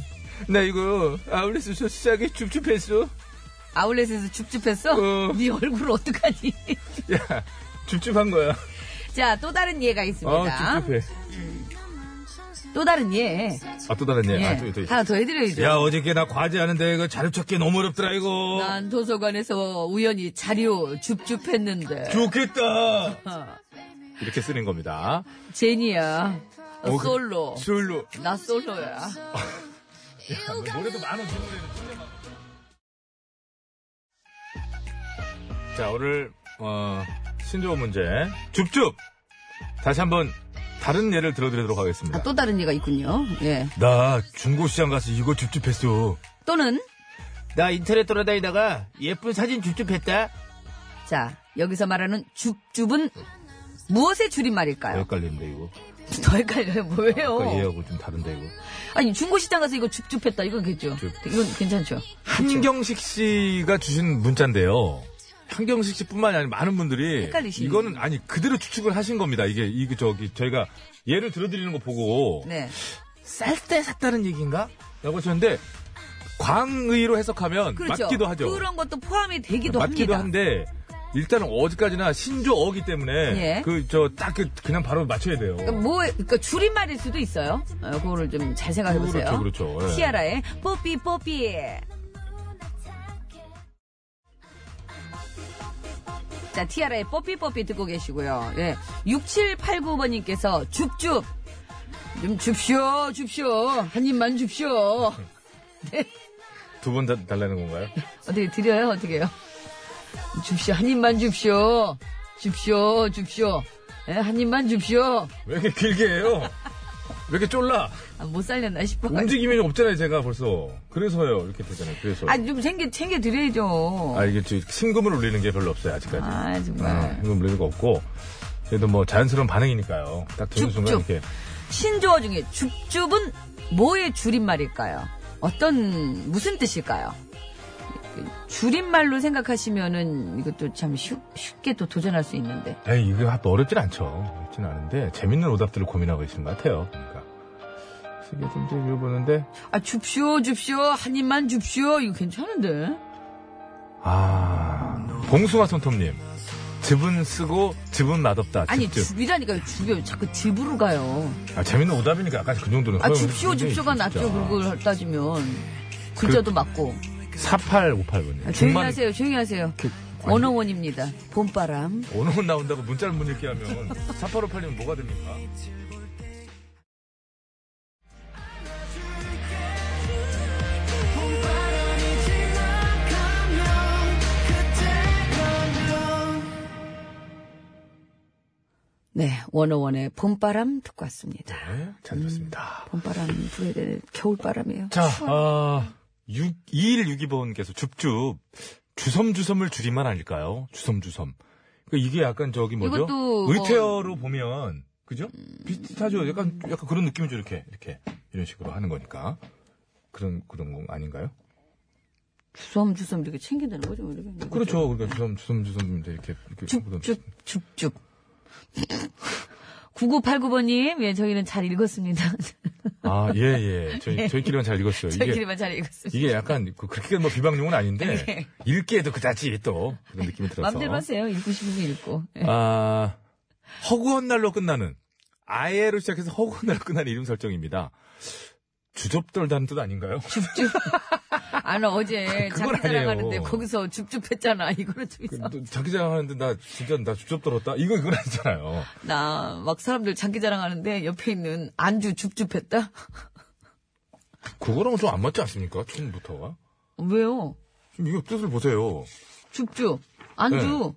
C: 나 이거, 아울렛에서 싸게 줍줍했어.
B: 아울렛에서 줍줍했어?
C: 어.
B: 네 얼굴을 어떡하니?
C: 야, 줍줍한 거야.
B: 자 또 다른 예가 있습니다.
C: 아, 줍줍해.
B: 또 다른 예.
C: 아, 또 다른 예.
B: 예.
C: 아, 또, 또.
B: 하나 더 해드려야죠.
A: 야, 어저께 나 과제하는데 그 자료 찾기 너무 어렵더라, 이거.
B: 난 도서관에서 우연히 자료 줍줍했는데.
A: 좋겠다.
B: 아,
C: 이렇게 쓰는 겁니다.
B: 제니야. 어,
C: 어, 그-
B: 솔로.
C: 술로.
B: 나 솔로야.
C: 야, 노래도 많아, 이 노래는. 자, 오늘, 어, 신조어 문제. 줍줍! 다시 한 번, 다른 예를 들어드리도록 하겠습니다.
B: 아, 또 다른 얘가 있군요. 예.
A: 나 중고시장 가서 이거 줍줍했어.
B: 또는,
A: 나 인터넷 돌아다니다가 예쁜 사진 줍줍했다.
B: 자, 여기서 말하는 줍줍은 무엇의 줄임말일까요?
C: 아, 헷갈린데, 이거.
B: 더 어. 헷갈려요.
A: 어.
C: 아까
B: 뭐예요?
C: 예하고 좀 다른데, 이거.
B: 아니, 중고시장 가서 이거 줍줍했다. 이건 괜찮죠.
C: 줍.
B: 이건 괜찮죠.
C: 한경식 씨가 주신 문자인데요. 한경식 씨뿐만이 아니라 많은 분들이
B: 헷갈리시네요.
C: 이거는 아니 그대로 추측을 하신 겁니다. 이게 이거 저기 저희가 예를 들어드리는 거 보고
B: 네.
C: 쌀 때 샀다는 얘기인가? 라고 하셨는데, 광의로 해석하면
B: 그렇죠.
C: 맞기도 하죠.
B: 그런 것도 포함이 되기도
C: 맞기도
B: 합니다.
C: 한데, 일단은 어디까지나 신조어기 때문에,
B: 예.
C: 그, 저, 딱 그, 그냥 바로 맞춰야 돼요.
B: 그러니까 뭐, 그러니까 줄임말일 수도 있어요. 어, 그거를 좀 잘 생각해 보세요.
C: 그렇죠, 그렇죠. 예.
B: 티아라의 뽀삐 뽀삐. 자, 티아라의 뽀삐 뽀삐 듣고 계시고요. 예. 6789번님께서 줍줍. 좀 줍쇼, 줍쇼. 한 입만 줍쇼.
C: 두 번 달라는 건가요?
B: 어떻게 드려요? 어떻게 해요? 줍쇼, 한 입만 줍쇼. 줍쇼, 줍쇼. 예, 한 입만 줍쇼.
C: 왜 이렇게 길게 해요? 왜 이렇게 쫄라?
B: 아, 못 살렸나 싶어가지고.
C: 움직임이 없잖아요, 제가 벌써. 그래서요, 이렇게 되잖아요. 그래서.
B: 아, 좀 챙겨, 챙겨드려야죠.
C: 아, 이게 저 심금을 울리는 게 별로 없어요, 아직까지.
B: 아, 정말.
C: 아, 심금 울리는 거 없고. 그래도 뭐 자연스러운 반응이니까요. 딱 듣는 순간
B: 쭉쭉.
C: 이렇게.
B: 신조어 중에 줍줍은 뭐의 줄임말일까요? 어떤, 무슨 뜻일까요? 줄임말로 생각하시면은 이것도 참 쉽, 쉽게 또 도전할 수 있는데.
C: 에이, 이거 뭐 어렵진 않죠. 어렵진 않은데, 재밌는 오답들을 고민하고 계신 것 같아요. 그러니까. 시계 좀 들여보는데,
B: 아, 줍쇼, 줍쇼, 한 입만 줍쇼. 이거 괜찮은데?
C: 아, 봉숭아 손톱님. 즙은 쓰고, 즙은 맛없다. 즙,
B: 아니,
C: 즙.
B: 줍이라니까요. 줍이요. 자꾸 즙으로 가요.
C: 아, 재밌는 오답이니까 아까 그 정도는.
B: 아, 줍쇼, 줍쇼가 낫죠. 그걸 따지면. 글자도 맞고.
C: 4858번님.
B: 아, 조용히 하세요, 조용히 하세요. 원어원입니다. 봄바람.
C: 오늘 나온다고 문자를 못 읽게 하면, 4858님 뭐가 됩니까?
B: 네, 원어원의 봄바람 듣고 왔습니다.
C: 네, 잘 들었습니다.
B: 봄바람 불어야 되 겨울바람이에요.
C: 자, 아, 6, 2162번께서 줍줍. 주섬주섬을 줄이만 아닐까요? 주섬주섬. 그 이게 약간 저기 뭐죠?
B: 이것도 뭐 음.
C: 의태어로 보면, 그죠? 비슷하죠? 약간, 약간 그런 느낌이죠. 이렇게, 이렇게. 이런 식으로 하는 거니까. 그런, 그런 거 아닌가요?
B: 주섬주섬 이렇게 챙긴다는 거죠. 뭐 이렇게.
C: 그렇죠. 그러니까 주섬, 주섬주섬 이렇게, 이렇게. 하거든요.
B: 쭉쭉쭉쭉. 9989번님, 예, 저희는 잘 읽었습니다.
C: 아, 예, 예. 저희, 저희끼리만 잘 읽었어요. 이게,
B: 저희끼리만 잘 읽었습니다.
C: 이게 약간, 그, 그렇게 뭐 비방용은 아닌데, 읽기에도 그다지 또, 그런 느낌이 들어서.
B: 마음대로 하세요. 읽고 싶으면 읽고. 예.
C: 아, 허구한 날로 끝나는, 아예로 시작해서 허구한 날로 끝나는 이름 설정입니다. 주접떨다는 뜻 아닌가요?
B: 아, 나 어제
C: 그건
B: 자기
C: 아니에요. 그러니까.
B: 자랑하는데 거기서 쭉쭉했잖아. 이거는 좀 이상.
C: 또 자기 자랑하는데 나 진짜 나 주접떨었다? 이거 이건 아니잖아요.
B: 나 막 사람들 자기 자랑하는데 옆에 있는 안주 줍줍했다?
C: 그거랑은 좀 안 맞지 않습니까? 처음부터가?
B: 왜요?
C: 지금 이거 뜻을 보세요.
B: 줍줍. 안주.
C: 네.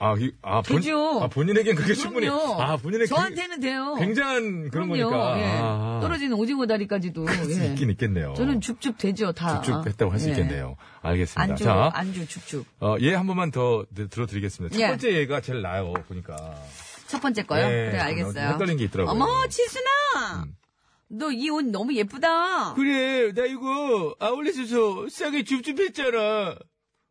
C: 아, 이, 아, 본,
B: 되죠.
C: 아, 본인에겐 그게 충분히.
B: 그럼요.
C: 아, 본인에게.
B: 저한테는 돼요.
C: 굉장한 그런
B: 그럼요.
C: 거니까.
B: 예.
C: 아,
B: 떨어지는 오징어 다리까지도. 예.
C: 있긴 있겠네요.
B: 저는 줍줍 되죠, 다.
C: 쭉쭉했다고 할 수
B: 예.
C: 있겠네요. 알겠습니다.
B: 안주,
C: 자,
B: 안주 줍줍.
C: 어, 얘 한 번만 더 드- 들어드리겠습니다. 첫
B: 예.
C: 번째 얘가 제일 나요, 보니까.
B: 첫 번째 거요?
C: 예,
B: 그래,
C: 좀
B: 알겠어요.
C: 헷갈린 게 있더라고요. 음.
B: 어머, 칠순아! 너 이 옷 너무 예쁘다.
C: 그래, 나 이거 아울렛에서 싸게 줍줍했잖아.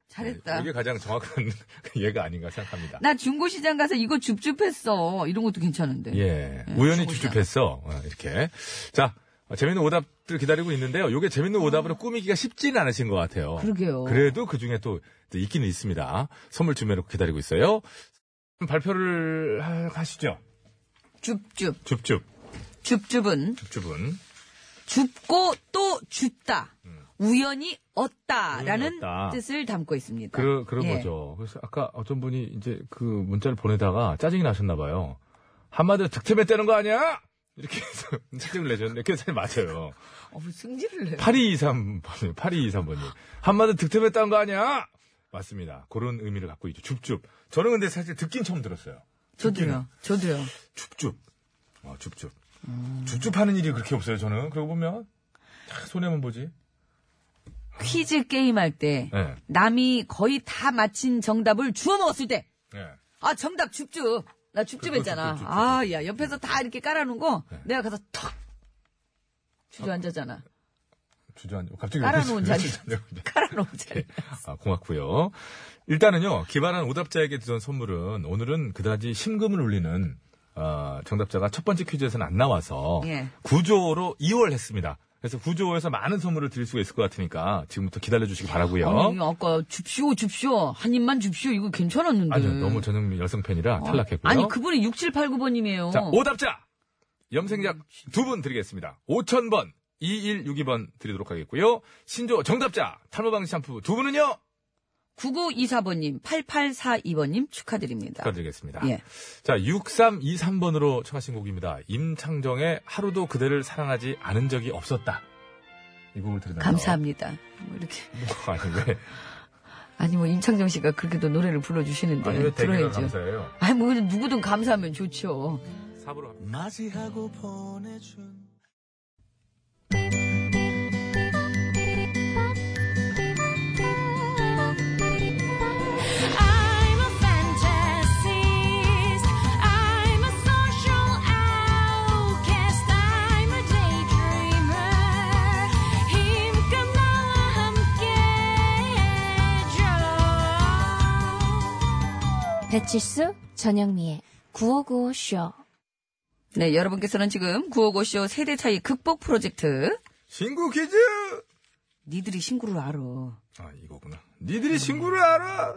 B: 잘했다.
C: 아, 이게 가장 정확한 얘가 아닌가 생각합니다.
B: 나 중고시장 가서 이거 줍줍했어. 이런 것도 괜찮은데.
C: 예,
B: 음,
C: 우연히
B: 죽고
C: 줍줍했어. 어, 이렇게. 자, 어, 재밌는 오답들 기다리고 있는데요. 요게 재밌는 오답으로 꾸미기가 쉽지는 않으신 것 같아요.
B: 음. 그러게요.
C: 그래도 그 중에 또, 또 있기는 있습니다. 선물 준비해놓고 기다리고 있어요. 발표를 하- 하시죠.
B: 줍줍.
C: 줍줍,
B: 줍줍은
C: 줍줍은.
B: 줍고 또 줍다. 우연히 얻다라는
C: 음. 우연히 얻다.
B: 뜻을 담고 있습니다.
C: 그러, 그런
B: 예.
C: 거죠. 그래서 아까 어떤 분이 이제 그 문자를 보내다가 짜증이 나셨나봐요. 한마디로 득템했다는 거 아니야? 이렇게 해서 짜증을 내셨는데, 그게 사실 맞아요.
B: 어우, 승질을 내요.
C: 8223번님, 8223번님. 한마디로 득템했다는 거 아니야? 맞습니다. 그런 의미를 갖고 있죠. 줍줍. 저는 근데 사실 듣긴 처음 들었어요.
B: 저도요. 저도요.
C: 줍줍. 어, 줍줍.
B: 음.
C: 줍줍 하는 일이 그렇게 없어요, 저는. 그러고 보면. 다 손해만 보지.
B: 퀴즈 게임 할 때
C: 예.
B: 남이 거의 다 맞힌 정답을 주워 먹었을 때
C: 예.
B: 아, 정답 줍줍. 나 줍줍
C: 그렇죠,
B: 했잖아.
C: 줍줍, 줍줍.
B: 아, 야, 옆에서 다 이렇게 깔아놓은 거
C: 네.
B: 내가 가서 턱 주저앉았잖아.
C: 주저앉아. 갑자기
B: 깔아놓은
C: 왜
B: 자리.
C: 주저앉냐고.
B: 깔아놓은 자리.
C: 아, 고맙고요. 일단은요, 기발한 오답자에게 드던 선물은 오늘은 그다지 심금을 울리는 어, 정답자가 첫 번째 퀴즈에서는 안 나와서
B: 예.
C: 구조로 2월 했습니다. 그래서 구조에서 많은 선물을 드릴 수가 있을 것 같으니까 지금부터 기다려주시기 바라고요.
B: 아니, 아까 줍쇼, 줍쇼. 한 입만 줍쇼. 이거 괜찮았는데.
C: 아니요, 너무 전영미 열성팬이라 탈락했고요.
B: 어. 아니, 그분이 6789번님이에요.
C: 자, 오답자! 염생작 두 분 드리겠습니다. 5000번, 2162번 드리도록 하겠고요. 신조 정답자, 탈모방지 샴푸 두
B: 예.
C: 분은요?
B: 9924번님, 8842번님 축하드립니다.
C: 축하드리겠습니다. 네,
B: 예.
C: 자, 6323번으로 청하신 곡입니다. 임창정의 하루도 그대를 사랑하지 않은 적이 없었다. 이 곡을 들으면서.
B: 감사합니다. 네, 뭐 이렇게.
C: 뭐, 아니, 왜,
B: 아니, 뭐, 임창정 씨가 그렇게도 노래를 불러주시는데.
C: 아니, 왜 대기가
B: 들어야죠.
C: 감사해요?
B: 아니, 뭐, 그냥 누구든 감사하면 좋죠.
C: 사부로 갑니다.
E: 맞이하고 보내준
G: I'm a fantasist. I'm a social outcast. I'm a daydreamer. 힘껏 나와 함께해줘. 배칠수 전영미의 9595쇼.
B: 네, 여러분께서는 지금 955쇼 세대 차이 극복 프로젝트.
C: 신구 퀴즈!
B: 니들이 신구를 알아.
C: 아, 이거구나. 니들이 신구를 알아!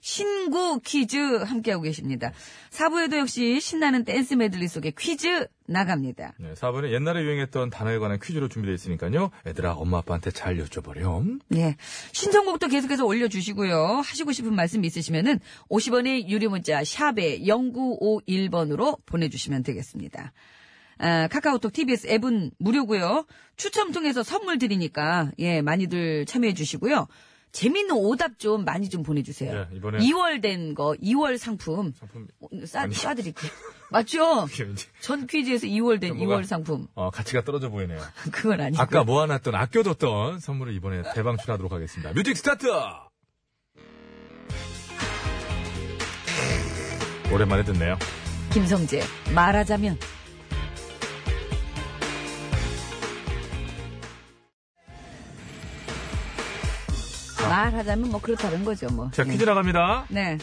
B: 신구 퀴즈 함께하고 계십니다. 4부에도 역시 신나는 댄스 메들리 속에 퀴즈 나갑니다.
C: 네, 4번은 옛날에 유행했던 단어에 관한 퀴즈로 준비되어 있으니까요. 애들아, 엄마 아빠한테 잘 여쭤버렴.
B: 예. 신청곡도 계속해서 올려주시고요. 하시고 싶은 말씀 있으시면은 50원의 유료 문자 샵에 0951번으로 보내주시면 되겠습니다. 아, 카카오톡 TBS 앱은 무료고요. 추첨 통해서 선물 드리니까 예 많이들 참여해 주시고요. 재밌는 오답 좀 많이 좀 보내주세요.
C: 예, 이번에-
B: 2월 된 거, 2월 상품.
C: 상품
B: 어, 싸,
C: 아니.
B: 싸드릴게요. 맞죠?
C: 이게 이제
B: 전 퀴즈에서 2월 된
C: 뭐가-
B: 2월 상품.
C: 어, 가치가 떨어져 보이네요.
B: 그건 아니고.
C: 아까 모아놨던 아껴뒀던 선물을 이번에 대방출하도록 하겠습니다. 뮤직 스타트. 오랜만에 듣네요.
B: 김성재, 말하자면. 말하자면 뭐 그렇다는 거죠, 뭐.
C: 아. 자
B: 네.
C: 퀴즈 나갑니다.
B: 네.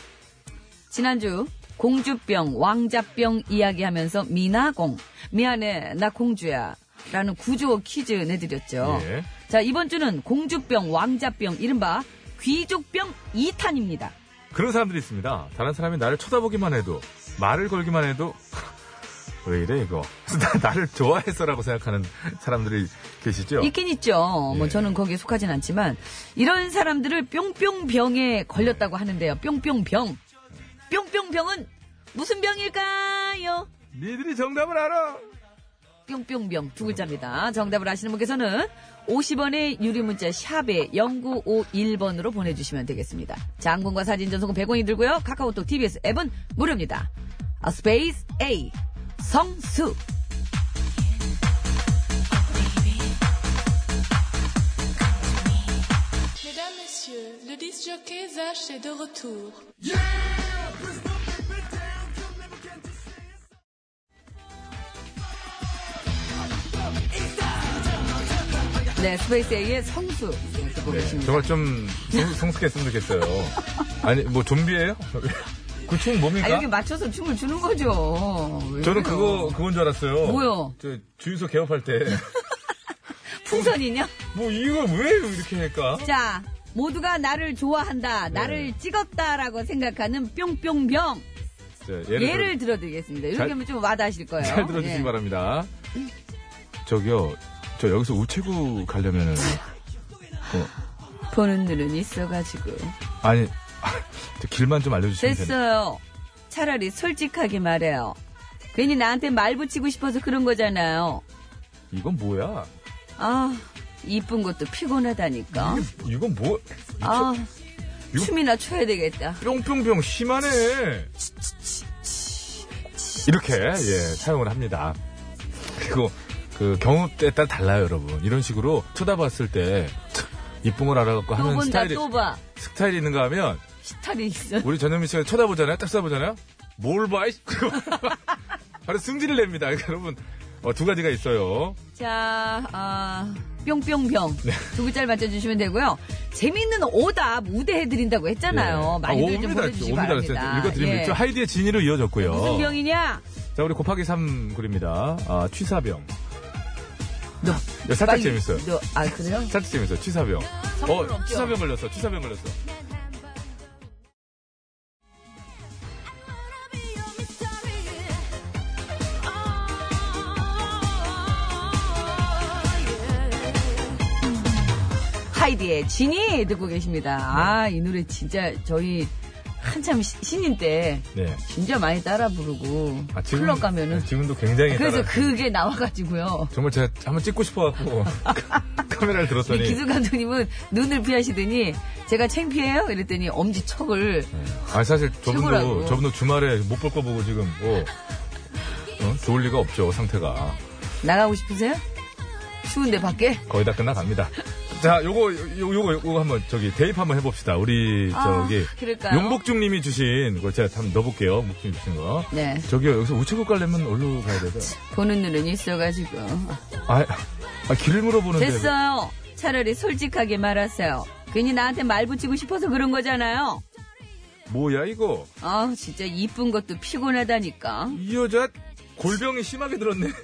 B: 지난주 공주병, 왕자병 이야기하면서 미나공, 미안해, 나 공주야. 라는 구조 퀴즈 내드렸죠.
C: 예.
B: 자, 이번 주는 공주병, 왕자병, 이른바 귀족병 2탄입니다.
C: 그런 사람들이 있습니다. 다른 사람이 나를 쳐다보기만 해도 말을 걸기만 해도 왜 이래 이거 나- 나를 좋아했어라고 생각하는 사람들이 계시죠.
B: 있긴 있죠. 뭐
C: 예.
B: 저는 거기에 속하진 않지만 이런 사람들을 뿅뿅병에 걸렸다고 하는데요. 뿅뿅병. 뿅뿅병은 무슨 병일까요?
C: 니들이 정답을 알아.
B: 뿅뿅병 두 글자입니다. 정답을 아시는 분께서는 50원의 유리문자 샵에 0951번으로 보내주시면 되겠습니다. 장군과 사진 전송은 100원이 들고요. 카카오톡 TBS 앱은 무료입니다. 아, 스페이스 A 성수
H: Mesdames, Messieurs, le disjockey Zach est de retour.
B: 네 스페이스 A의 성수 이렇게 보고
C: 네,
B: 계십니다.
C: 정말 좀 성- 성숙했으면 좋겠어요. 아니 뭐 좀비예요? 그 총 뭡니까?
B: 아, 여기 맞춰서 춤을 추는 거죠. 왜
C: 저는
B: 그래요?
C: 그거 그건 줄 알았어요.
B: 뭐요?
C: 저 주유소 개업할 때 뭐
B: 풍선이냐?
C: 이걸 왜 이렇게 할까?
B: 자, 모두가 나를
C: 네.
B: 좋아한다, 나를 찍었다라고 생각하는 뿅뿅병.
C: 자,
B: 예를,
C: 예를,
B: 들어드리겠습니다. 이렇게
C: 잘-
B: 하면 좀 와닿으실 거예요.
C: 들- 잘 들어주시기
B: 예.
C: 바랍니다. 저기요, 저 여기서 우체국 가려면은
B: 네. 보는 눈은 있어가지고.
C: 아니 저 길만 좀 알려주시면 됩니다.
B: 됐어요. 차라리 솔직하게 말해요. 괜히 나한테 말 붙이고 싶어서 그런 거잖아요.
C: 이건 뭐야?
B: 아, 이쁜 것도 피곤하다니까.
C: 이게- 이건 뭐?
B: 아,
C: 이거-
B: 춤이나 춰야 되겠다.
C: 뿅뿅뿅 심하네. 이렇게 예 사용을 합니다. 그리고 그 경우에 따라 달라요, 여러분. 이런 식으로 쳐다봤을 때 이쁜 걸 알아갖고
B: 또
C: 하는
B: 본다,
C: 스타일이
B: 또 봐.
C: 스타일이 있는가 하면
B: 스타일이 있어.
C: 우리 전현미 씨가 쳐다보잖아요. 딱 쳐다보잖아요. 뭘 봐? 이씨. 그리고 바로 승질을 냅니다. 그러니까 여러분 어, 두 가지가 있어요.
B: 자, 아, 뿅뿅뿅.
C: 네.
B: 두 글자를 맞춰주시면 되고요. 재밌는 오답 우대해드린다고
C: 예.
B: 했잖아요.
C: 네.
B: 많이들 좀 보내주시기 바랍니다.
C: 읽어드리면
B: 예.
C: 죠 하이디의 진이로 이어졌고요.
B: 무슨 병이냐?
C: 자, 우리 곱하기 3 글입니다. 아, 취사병.
B: 너,
C: 야, 살짝
B: 빨리-
C: 재밌어요.
B: 너, 아, 그래요?
C: 살짝 재밌어. 취사병.
B: 선물
C: 어,
B: 없죠?
C: 취사병 걸렸어. 취사병 걸렸어.
B: 하이디의 진이 듣고
C: 네.
B: 계십니다. 아, 이 노래 진짜 저희 한참 시- 신인 때
C: 네.
B: 진짜 많이 따라 부르고
C: 아, 지금-
B: 클럽 가면은
C: 네, 지금도 굉장히.
B: 그래서
C: 따라-
B: 그게 나와가지고요.
C: 정말 제가 한번 찍고 싶어갖고 카메라를
B: 우리
C: 들었더니.
B: 기수 감독님은 눈을 피하시더니 제가 창피해요? 이랬더니 엄지척을
C: 아 사실 저분도
B: 최고라고.
C: 저분도 주말에 못 볼 거 보고 지금 뭐 어? 좋을 리가 없죠 상태가
B: 나가고 싶으세요? 추운데 밖에?
C: 거의 다 끝나갑니다. 자 요거 요, 요거 요거 한번 저기 대입 한번 해봅시다. 우리
B: 아,
C: 저기
B: 그럴까요?
C: 용복중님이 주신 거 제가 한번 넣어볼게요. 용복중 님 주신 거.
B: 네.
C: 저기요 여기서 우체국 가려면 어디로 가야
B: 아,
C: 되죠?
B: 보는 눈은 있어가지고.
C: 아, 아 길을 물어보는데.
B: 됐어요. 차라리 솔직하게 말하세요. 괜히 나한테 말 붙이고 싶어서 그런 거잖아요.
C: 뭐야 이거
B: 아 진짜 이쁜 것도 피곤하다니까.
C: 이 여자 골병이 심하게 들었네.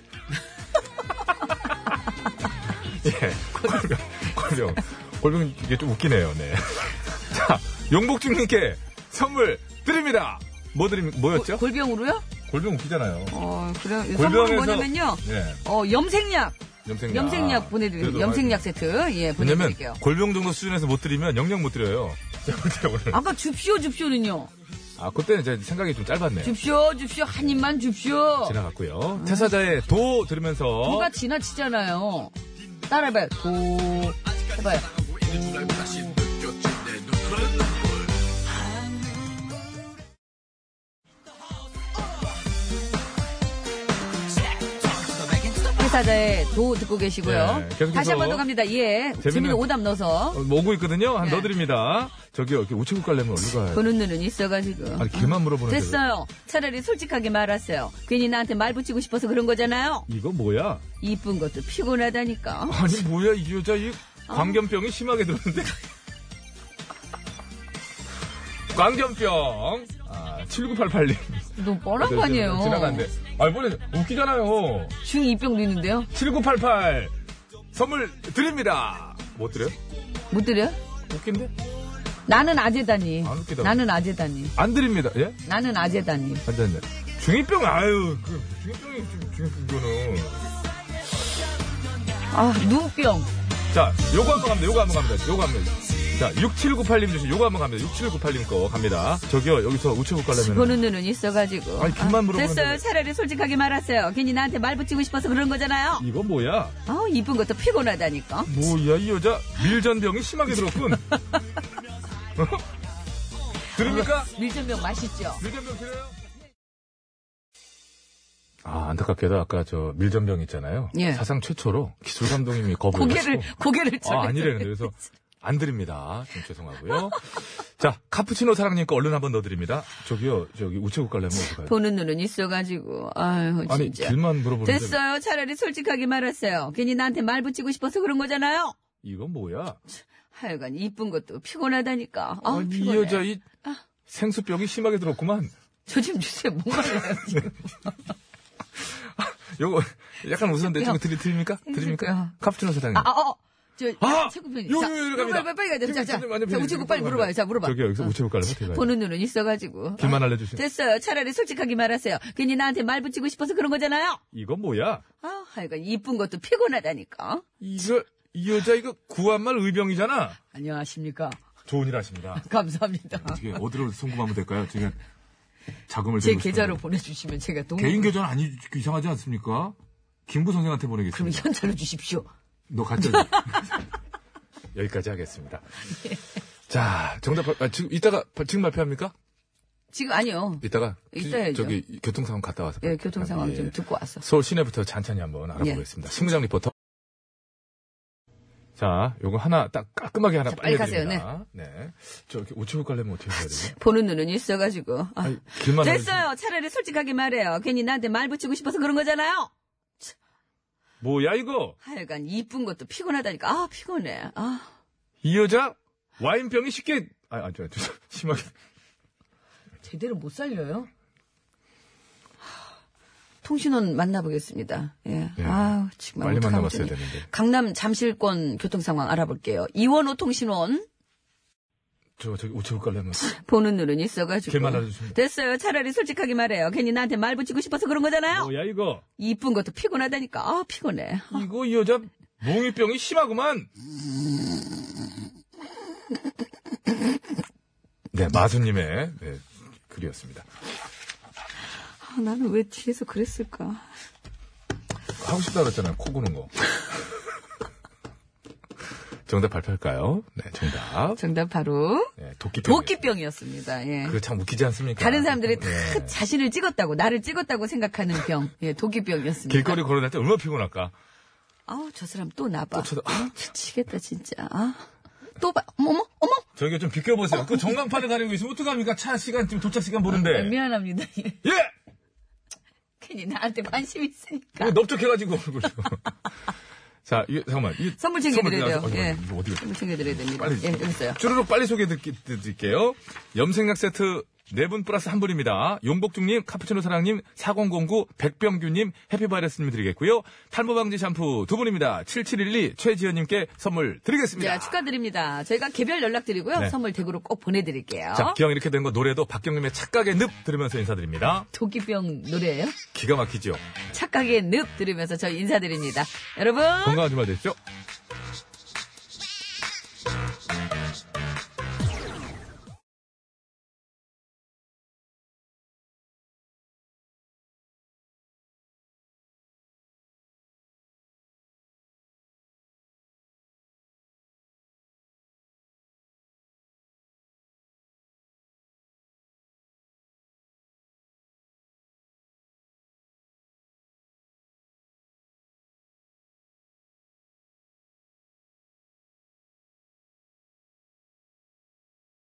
C: 예, 골병, 골병, 골병 이게 좀 웃기네요. 네. 자, 용복중님께 선물 드립니다. 뭐 드림, 뭐였죠?
B: 골병으로요?
C: 골병 웃기잖아요.
B: 어, 그래요.
C: 골병에서-
B: 선물은 뭐냐면요.
C: 예,
B: 어, 염색약.
C: 염색약.
B: 염색약 보내드릴게요.
C: 그래도
B: 염색약 세트. 예,
C: 아, 왜냐면
B: 보내드릴게요.
C: 골병 정도 수준에서 못 드리면 영영 못 드려요. 제가 볼 때 오늘.
B: 아까 줍쇼, 줍쇼는요.
C: 아, 그때는 제 생각이 좀 짧았네요.
B: 줍쇼, 줍쇼, 한 입만 줍쇼. 음.
C: 지나갔고요. 태사자의 도 들으면서
B: 누가 지나치잖아요. 따라해봐요. 도. 해봐요. 회사자의 도 듣고 계시고요.
C: 네, 계속해서
B: 다시 한 번 더 갑니다. 예.
C: 재밌는-
B: 재밌는 오답 넣어서.
C: 어, 오고 있거든요. 한
B: 네.
C: 넣어드립니다. 저기요, 이렇게 우체국 가려면 어디 가야 돼?
B: 보는 눈은 있어가지고.
C: 아니, 걔만 물어보는데.
B: 됐어요. 차라리 솔직하게 말하세요. 괜히 나한테 말 붙이고 싶어서 그런 거잖아요.
C: 왜- 이거 뭐야?
B: 이쁜 것도 피곤하다니까.
C: 아니, 뭐야, 이 여자, 이
B: 어.
C: 광견병이 심하게 들었는데. 광견병. 아, 7988님.
B: 너무 뻔한 거 아니에요.
C: 지나간데. 아니, 뭐래, 웃기잖아요.
B: 중2병도 있는데요.
C: 7988 선물 드립니다. 못 드려요?
B: 못 드려?
C: 웃긴데?
B: 나는 아재다니.
C: 안 웃기다.
B: 나는 아재다니.
C: 안 드립니다. 예?
B: 나는 아재다니.
C: 안됐네. 중이병 아유 그 중이병이 중- 중이병 이거는
B: 아, 누우병.
C: 자 요거 한번 갑니다. 요거 한번 갑니다. 요거 합니다. 자 6798님 주신 요거 한번 갑니다. 6798님 거 갑니다. 저기요 여기서 우체국 가려면
B: 보는 눈은 있어가지고.
C: 네. 아니, 그만 물어보는데
B: 됐어요.
C: 왜-
B: 차라리 솔직하게 말하세요. 괜히 나한테 말 붙이고 싶어서 그런 거잖아요.
C: 이거 뭐야?
B: 아우, 이쁜 것도 피곤하다니까.
C: 뭐야 이 여자 밀전병이 심하게 들었군. 어? 들립니까?
B: 밀전병 맛있죠?
C: 밀전병 들려요? 아 안타깝게도 아까 저 밀전병 있잖아요.
B: 예.
C: 사상 최초로 기술 감독님이 겁을
B: 고개를,
C: 내시고
B: 고개를 쳐.
C: 아, 아니래는데 그래서 안 드립니다. 좀 죄송하고요. 자, 카푸치노 사랑님 거 얼른 한번 넣어드립니다. 저기요, 저기 우체국 가려면 어떡해요?
B: 보는 눈은 있어가지고. 아유,
C: 아니, 그
B: 진짜.
C: 길만 물어보는데
B: 됐어요. 차라리 솔직하게 말하세요. 괜히 나한테 말 붙이고 싶어서 그런 거잖아요.
C: 이건 뭐야?
B: 하여간 이쁜 것도 피곤하다니까. 아,
C: 아니, 이
B: 피곤해.
C: 여자 이 생수병이 심하게 들었구만.
B: 저 좀 주세요. 뭐가 지금.
C: 요거 약간 웃었는데 저거
B: 생수병.
C: 드리, 드립니까? 드립니까?
B: 생수병.
C: 카푸치노 사랑님.
B: 아, 아, 어. 저,
C: 아!
B: 최고편이.
C: 요, 요, 요로 갑니다.
B: 빨리, 빨리 가야 돼. 자, 자,
C: 완전 완전
B: 자, 우체국 빨리 물어봐요. 자, 물어봐.
C: 저기 여기서
B: 어.
C: 우체국 가려면 어떻게 가요?
B: 보는 눈은 있어가지고.
C: 길만
B: 아,
C: 알려주세요.
B: 됐어요. 차라리 솔직하게 말하세요. 괜히 나한테 말 붙이고 싶어서 그런 거잖아요.
C: 이건 뭐야?
B: 아, 하여간 이쁜 것도 피곤하다니까. 어?
C: 이거 이 여자 이거 구한말 의병이잖아.
B: 안녕하십니까.
C: 좋은 일 하십니다.
B: 감사합니다.
C: 어떻게 어디로 송금하면 될까요? 지금 자금을
B: 제
C: 드리고 싶은데.
B: 계좌로 보내주시면 제가 돈
C: 개인 교전 아니 이상하지 않습니까? 김구 선생한테 보내겠습니다.
B: 그럼 현찰로 주십시오.
C: 너 갖다 줘. 여기까지 하겠습니다. 자, 정답 발- 아, 지금 이따가 발- 지금 발표합니까?
B: 지금 아니요.
C: 이따가 기-
B: 이따 해야죠.
C: 저기 교통 상황 갔다 와서.
B: 예, 교통 상황
C: 예.
B: 좀 예. 듣고 와서.
C: 서울 시내부터 잔잔히 한번 알아보겠습니다. 신부장 리포터. 자, 요거 하나 딱 깔끔하게 하나
B: 자,
C: 빨리
B: 빨리
C: 드립니다. 네. 저기 우체국 가려면 어떻게 해야 돼요?
B: 보는 눈은 있어가지고. 아,
C: 아니, 길만 알려주면-
B: 됐어요. 차라리 솔직하게 말해요. 괜히 나한테 말 붙이고 싶어서 그런 거잖아요.
C: 뭐야 이거?
B: 하여간 이쁜 것도 피곤하다니까. 아, 피곤해. 아,
C: 이 여자 와인병이 쉽게 아, 아, 저, 저, 심하게
B: 제대로 못 살려요. 하, 통신원 만나보겠습니다. 예.
C: 예.
B: 아우, 정말.
C: 빨리
B: 어떡하면
C: 만나봤어야
B: 좋니.
C: 되는데.
B: 강남 잠실권 교통 상황 알아볼게요. 이원호 통신원
C: 저 저기 우체국 가려면
B: 보는 눈은 있어가지고.
C: 길만 알려주시면
B: 됐어요. 차라리 솔직하게 말해요. 괜히 나한테 말 붙이고 싶어서 그런 거잖아요.
C: 뭐야 이거?
B: 이쁜 것도 피곤하다니까. 아, 피곤해.
C: 이거 이 여자 몽유병이 심하구만. 네 마수님의 네, 글이었습니다.
B: 아, 나는 왜 뒤에서 그랬을까?
C: 하고 싶다 그랬잖아요. 코 고는 거. 정답 발표할까요? 네 정답.
B: 정답 바로
C: 네, 도끼병.
B: 도끼병이었습니다. 예.
C: 그거 참 웃기지 않습니까?
B: 다른 사람들이 다
C: 네.
B: 자신을 찍었다고 나를 찍었다고 생각하는 병, 예, 도끼병이었습니다.
C: 길거리 걸어다닐 때 얼마나 피곤할까?
B: 아우 저 사람 또 나봐.
C: 쳐다-
B: 미치겠다 진짜. 아. 또 봐. 어머 어머 어머.
C: 저기 좀 비켜보세요. 그 전광판을 가리고 있으면 어떡합니까? 차 시간 지금 도착 시간
B: 아,
C: 보는데.
B: 미안합니다. 예.
C: 예!
B: 괜히 나한테 관심 있으니까.
C: 이거 뭐 넓적해가지고 얼굴이. 자, 이게 잠깐만. 이게
B: 선물 챙겨드려야 돼요.
C: 선물
B: 예.
C: 이거 어디
B: 선물 챙겨드려야 됩니다.
C: 빨리
B: 예, 여기 있어요.
C: 쭈루룩 빨리 소개해 드리- 드릴게요. 염색약 세트 네 분 플러스 한 분입니다. 용복중님, 카푸치노 사랑님, 4009, 백병규님, 해피바이러스님 드리겠고요. 탈모방지 샴푸 두 분입니다. 7712, 최지현님께 선물 드리겠습니다.
B: 자, 네, 축하드립니다. 저희가 개별 연락드리고요.
C: 네.
B: 선물 댁으로 꼭 보내드릴게요.
C: 자, 기왕 이렇게 된 거 노래도 박경림의 착각의 늪 들으면서 인사드립니다.
B: 도끼병 노래예요
C: 기가 막히죠?
B: 착각의 늪 들으면서 저희 인사드립니다. 여러분.
C: 건강한 주말 되십시오.